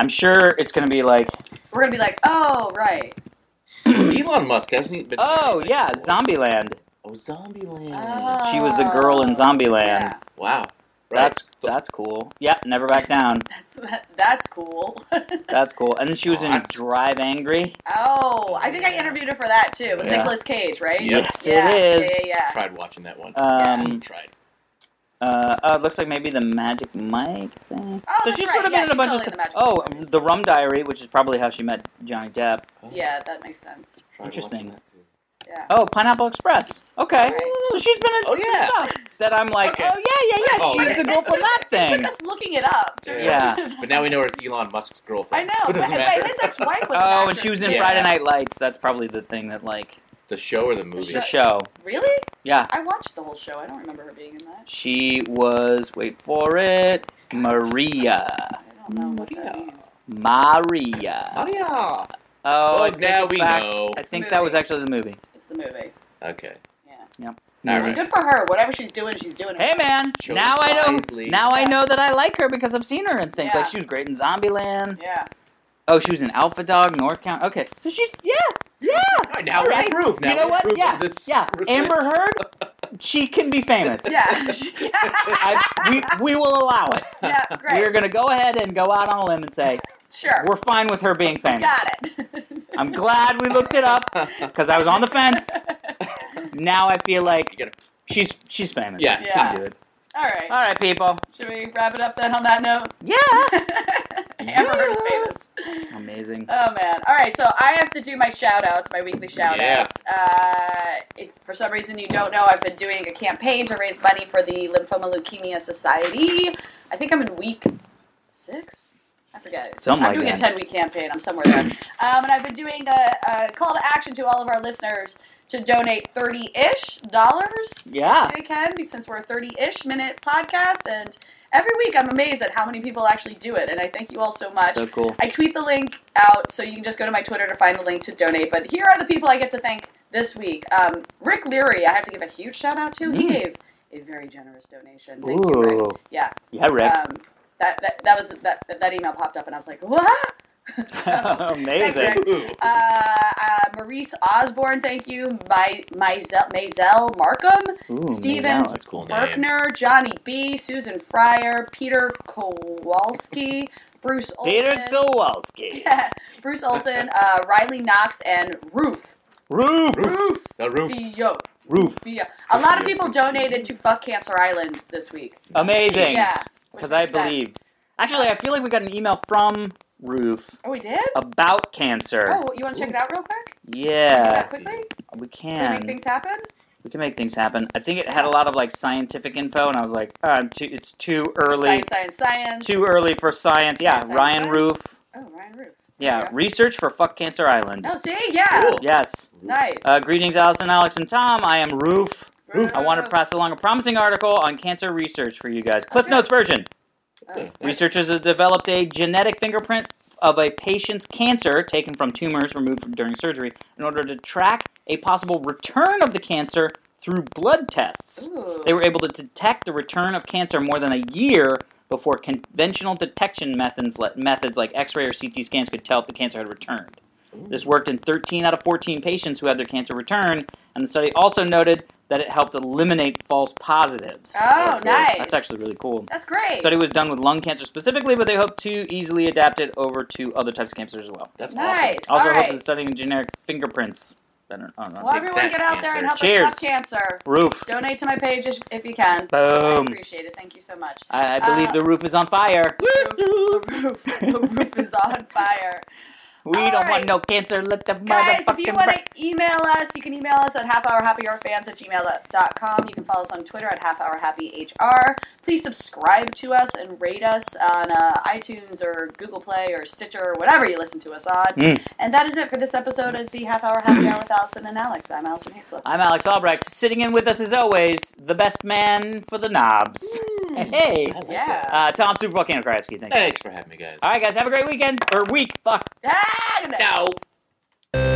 [SPEAKER 1] I'm sure it's gonna be like,
[SPEAKER 3] We're gonna be like, oh right.
[SPEAKER 4] [CLEARS THROAT] Elon Musk hasn't he been.
[SPEAKER 1] oh
[SPEAKER 4] married,
[SPEAKER 1] yeah, Uh,
[SPEAKER 4] like, once?
[SPEAKER 1] Zombieland.
[SPEAKER 4] Oh, Zombieland.
[SPEAKER 1] She was the girl in
[SPEAKER 3] Oh.
[SPEAKER 1] Zombieland.
[SPEAKER 3] Yeah,
[SPEAKER 4] Wow. Right.
[SPEAKER 1] That's that's cool. Yep, never back down.
[SPEAKER 3] that's that, that's cool. [LAUGHS]
[SPEAKER 1] That's cool. And then she was in
[SPEAKER 4] Hot.
[SPEAKER 1] Drive Angry.
[SPEAKER 3] oh, I think I interviewed her for that too with
[SPEAKER 1] Yeah.
[SPEAKER 3] Nicolas Cage, right?
[SPEAKER 4] Yep.
[SPEAKER 1] Yes,
[SPEAKER 3] yeah,
[SPEAKER 1] it is.
[SPEAKER 3] Yeah, yeah, yeah.
[SPEAKER 4] tried watching that once.
[SPEAKER 1] Um,
[SPEAKER 4] tried.
[SPEAKER 1] uh, oh, it looks like maybe the Magic Mike thing.
[SPEAKER 3] Oh,
[SPEAKER 1] so
[SPEAKER 3] that's
[SPEAKER 1] she's
[SPEAKER 3] right.
[SPEAKER 1] sort of been in
[SPEAKER 3] Yeah,
[SPEAKER 1] a bunch
[SPEAKER 3] she's totally in the
[SPEAKER 1] of
[SPEAKER 3] Magic
[SPEAKER 1] stuff.
[SPEAKER 3] Mike
[SPEAKER 1] Oh,
[SPEAKER 3] movies.
[SPEAKER 1] the Rum Diary, which is probably how she met Johnny Depp.
[SPEAKER 3] Yeah, that makes sense.
[SPEAKER 4] Tried
[SPEAKER 1] Interesting.
[SPEAKER 4] watching that too.
[SPEAKER 3] Yeah.
[SPEAKER 1] Oh, Pineapple Express. Okay,
[SPEAKER 3] Right.
[SPEAKER 1] so she's been in
[SPEAKER 4] Oh,
[SPEAKER 1] some
[SPEAKER 4] yeah.
[SPEAKER 1] stuff that I'm like,
[SPEAKER 4] Okay.
[SPEAKER 1] oh yeah, yeah, yeah.
[SPEAKER 4] Oh,
[SPEAKER 1] she's
[SPEAKER 4] okay.
[SPEAKER 1] the girl from that
[SPEAKER 3] It
[SPEAKER 1] thing.
[SPEAKER 3] took us looking it up. to-
[SPEAKER 1] Yeah.
[SPEAKER 4] But now we know it's Elon Musk's girlfriend.
[SPEAKER 3] [LAUGHS] I know.
[SPEAKER 4] So it
[SPEAKER 3] but,
[SPEAKER 4] doesn't
[SPEAKER 3] but
[SPEAKER 4] matter.
[SPEAKER 3] his ex-wife
[SPEAKER 1] Oh,
[SPEAKER 3] was. an
[SPEAKER 1] and
[SPEAKER 3] actress,
[SPEAKER 1] she was in
[SPEAKER 3] too.
[SPEAKER 4] Yeah.
[SPEAKER 1] Friday Night Lights. That's probably the thing that like
[SPEAKER 4] [LAUGHS] the show or the movie?
[SPEAKER 1] the show.
[SPEAKER 3] Really?
[SPEAKER 1] Yeah,
[SPEAKER 3] I watched the whole show. I don't remember her being in that.
[SPEAKER 1] she was. Wait for it, Maria.
[SPEAKER 3] I don't know what that
[SPEAKER 4] Maria.
[SPEAKER 3] means.
[SPEAKER 1] Maria.
[SPEAKER 4] Maria.
[SPEAKER 1] Oh, I
[SPEAKER 4] Well,
[SPEAKER 1] take
[SPEAKER 4] now
[SPEAKER 1] it
[SPEAKER 4] we
[SPEAKER 1] back.
[SPEAKER 4] know.
[SPEAKER 1] I think that was actually the movie.
[SPEAKER 3] It's the movie.
[SPEAKER 4] Okay.
[SPEAKER 1] Yeah.
[SPEAKER 4] All right.
[SPEAKER 3] Good for her. Whatever she's doing, she's doing. it.
[SPEAKER 1] Hey man,
[SPEAKER 4] Chose
[SPEAKER 1] now I know.
[SPEAKER 4] wisely.
[SPEAKER 1] Now I know that I like her because I've seen her in things
[SPEAKER 3] Yeah.
[SPEAKER 1] like she was great in Zombieland. [LAUGHS]
[SPEAKER 3] Yeah.
[SPEAKER 1] Oh, she was in Alpha Dog, North Count. Okay, so she's yeah, yeah,
[SPEAKER 4] All right, now
[SPEAKER 1] All right.
[SPEAKER 4] we approve. Now
[SPEAKER 1] You know
[SPEAKER 4] we
[SPEAKER 1] what?
[SPEAKER 4] approve
[SPEAKER 1] Yeah.
[SPEAKER 4] of this. [LAUGHS]
[SPEAKER 1] yeah. Amber Heard, she can be famous.
[SPEAKER 3] Yeah.
[SPEAKER 1] I, we, we will allow it.
[SPEAKER 3] [LAUGHS] yeah. Great.
[SPEAKER 1] We're gonna go ahead and go out on a limb and say
[SPEAKER 3] sure.
[SPEAKER 1] we're fine with her being famous.
[SPEAKER 3] Got it.
[SPEAKER 1] I'm glad we looked it up because I was on the fence. Now I feel like
[SPEAKER 4] You gotta-
[SPEAKER 1] she's she's famous.
[SPEAKER 4] [LAUGHS] Yeah.
[SPEAKER 1] She can
[SPEAKER 3] Yeah.
[SPEAKER 1] do it.
[SPEAKER 3] [LAUGHS] All right.
[SPEAKER 1] All right, people.
[SPEAKER 3] Should we wrap it up then on that note? [LAUGHS]
[SPEAKER 1] Yeah.
[SPEAKER 3] Amber Heard's famous.
[SPEAKER 1] Amazing.
[SPEAKER 3] Oh man. All right, so I have to do my shout outs, my weekly shout outs. Uh, if for some reason you don't know, I've been doing a campaign to raise money for the Lymphoma Leukemia Society. I think I'm in week six. I forget.
[SPEAKER 1] Something
[SPEAKER 3] I'm
[SPEAKER 1] like
[SPEAKER 3] doing
[SPEAKER 1] that.
[SPEAKER 3] a 10 week campaign. I'm somewhere there. um, and I've been doing a, a call to action to all of our listeners to donate 30 ish dollars
[SPEAKER 1] Yeah.
[SPEAKER 3] they can be since we're a 30-ish minute podcast and every week i'm amazed at how many people actually do it and i thank you all so much
[SPEAKER 1] So cool.
[SPEAKER 3] i tweet the link out so you can just go to my twitter to find the link to donate but here are the people i get to thank this week um, rick leary i have to give a huge shout out to
[SPEAKER 1] Mm.
[SPEAKER 3] he gave a very generous donation thank you rick
[SPEAKER 1] Ooh.
[SPEAKER 3] yeah
[SPEAKER 1] Yeah, Rick. [LAUGHS]
[SPEAKER 3] Um, that, that, that was that, that email popped up and i was like what [LAUGHS]
[SPEAKER 1] [LAUGHS]
[SPEAKER 3] So- Thanks,
[SPEAKER 1] Amazing.
[SPEAKER 3] Rick. uh, uh, Maurice Osborne, thank you. My, Myzel, Mazel Markham,
[SPEAKER 1] Ooh,
[SPEAKER 3] Steven
[SPEAKER 1] Maisel,
[SPEAKER 4] That's a cool name.
[SPEAKER 3] Berkner, Johnny B, Susan Fryer, Peter Kowalski, Bruce Olson,
[SPEAKER 1] Peter Kowalski.
[SPEAKER 3] [LAUGHS] Yeah, Bruce Olson, uh, Riley Knox, and Roof.
[SPEAKER 1] Roof.
[SPEAKER 3] Roof
[SPEAKER 4] The roof.
[SPEAKER 3] Theo.
[SPEAKER 1] Roof.
[SPEAKER 3] Theo. A lot of people donated to Fuck Cancer Island this week.
[SPEAKER 1] Amazing.
[SPEAKER 3] Yeah. which
[SPEAKER 1] Because I
[SPEAKER 3] makes sense.
[SPEAKER 1] believe. Actually, I feel like we got an email from Roof
[SPEAKER 3] Oh, we did?
[SPEAKER 1] about cancer.
[SPEAKER 3] Oh, you want to check it out real quick? Can we do
[SPEAKER 1] Yeah,
[SPEAKER 3] that quickly?
[SPEAKER 1] we
[SPEAKER 3] Can we make
[SPEAKER 1] can.
[SPEAKER 3] things happen?
[SPEAKER 1] We can make things happen. I think it had a lot of like scientific info, and I was like, oh, I'm too, it's too early,
[SPEAKER 3] Science, science, science.
[SPEAKER 1] too early for science. Yeah,
[SPEAKER 3] Science,
[SPEAKER 1] Ryan
[SPEAKER 3] science.
[SPEAKER 1] Roof.
[SPEAKER 3] Oh, Ryan Roof.
[SPEAKER 1] Yeah,
[SPEAKER 3] Yeah.
[SPEAKER 1] research for Fuck Cancer Island.
[SPEAKER 3] Oh, see? Yeah.
[SPEAKER 4] Cool.
[SPEAKER 1] Yes.
[SPEAKER 3] Nice.
[SPEAKER 1] Uh, greetings, Allison, Alex, and Tom. I am Roof.
[SPEAKER 3] Roof.
[SPEAKER 1] I want to pass along a promising article on cancer research for you guys. Cliff
[SPEAKER 3] Okay.
[SPEAKER 1] Notes version.
[SPEAKER 3] Oh,
[SPEAKER 1] Researchers have developed a genetic fingerprint of a patient's cancer taken from tumors removed from- during surgery in order to track a possible return of the cancer through blood tests.
[SPEAKER 3] Ooh.
[SPEAKER 1] They were able to detect the return of cancer more than a year before conventional detection methods, methods like X-ray or CT scans could tell if the cancer had returned. This worked in 13 out of 14 patients who had their cancer return, and the study also noted that it helped eliminate false positives.
[SPEAKER 3] Oh, nice.
[SPEAKER 1] That's actually really cool.
[SPEAKER 3] That's great.
[SPEAKER 1] study was done with lung cancer specifically, but they hope to easily adapt it over to other types of cancers as well.
[SPEAKER 4] That's
[SPEAKER 3] nice.
[SPEAKER 4] awesome.
[SPEAKER 3] All
[SPEAKER 1] Also,
[SPEAKER 3] right.
[SPEAKER 1] hope to studying generic fingerprints. I don't, I don't know.
[SPEAKER 3] well,
[SPEAKER 4] Take
[SPEAKER 3] everyone
[SPEAKER 4] that,
[SPEAKER 3] get out there and help
[SPEAKER 4] cancer.
[SPEAKER 3] us stop
[SPEAKER 1] Cheers.
[SPEAKER 3] cancer.
[SPEAKER 1] Roof.
[SPEAKER 3] Donate to my page if, if you can. I
[SPEAKER 1] Boom.
[SPEAKER 3] appreciate it. Thank you so much.
[SPEAKER 1] I, I believe
[SPEAKER 3] Uh,
[SPEAKER 1] the roof is on fire.
[SPEAKER 3] The roof, the roof is on fire.
[SPEAKER 1] We don't
[SPEAKER 3] alright.
[SPEAKER 1] want no cancer. Let the
[SPEAKER 3] Guys, if you
[SPEAKER 1] motherfucking
[SPEAKER 3] want
[SPEAKER 1] ra-
[SPEAKER 3] to email us, you can email us at halfhourhappyhourfans at gmail.com. You can follow us on Twitter at halfhourhappyhr. Please subscribe to us and rate us on uh, iTunes or Google Play or Stitcher or whatever you listen to us on.
[SPEAKER 1] Mm.
[SPEAKER 3] And that is it for this episode of the Half Hour Happy Hour with Allison and Alex. I'm Allison Hayslip.
[SPEAKER 1] I'm Alex Albrecht. Sitting in with us as always, the best man for the knobs.
[SPEAKER 3] Hmm.
[SPEAKER 1] Hey,
[SPEAKER 4] I like that.
[SPEAKER 3] Yeah.
[SPEAKER 1] uh, Tom Super Volcano Kravsky. Thank you.
[SPEAKER 4] Thanks for having me, guys.
[SPEAKER 1] All right, guys, have a great weekend or week. Fuck.
[SPEAKER 3] Ah, good night.
[SPEAKER 4] Now.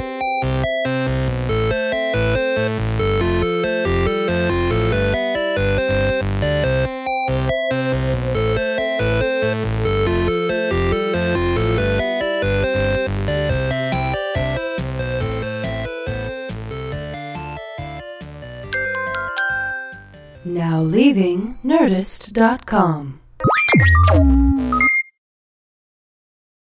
[SPEAKER 2] Now leaving Nerdist.com.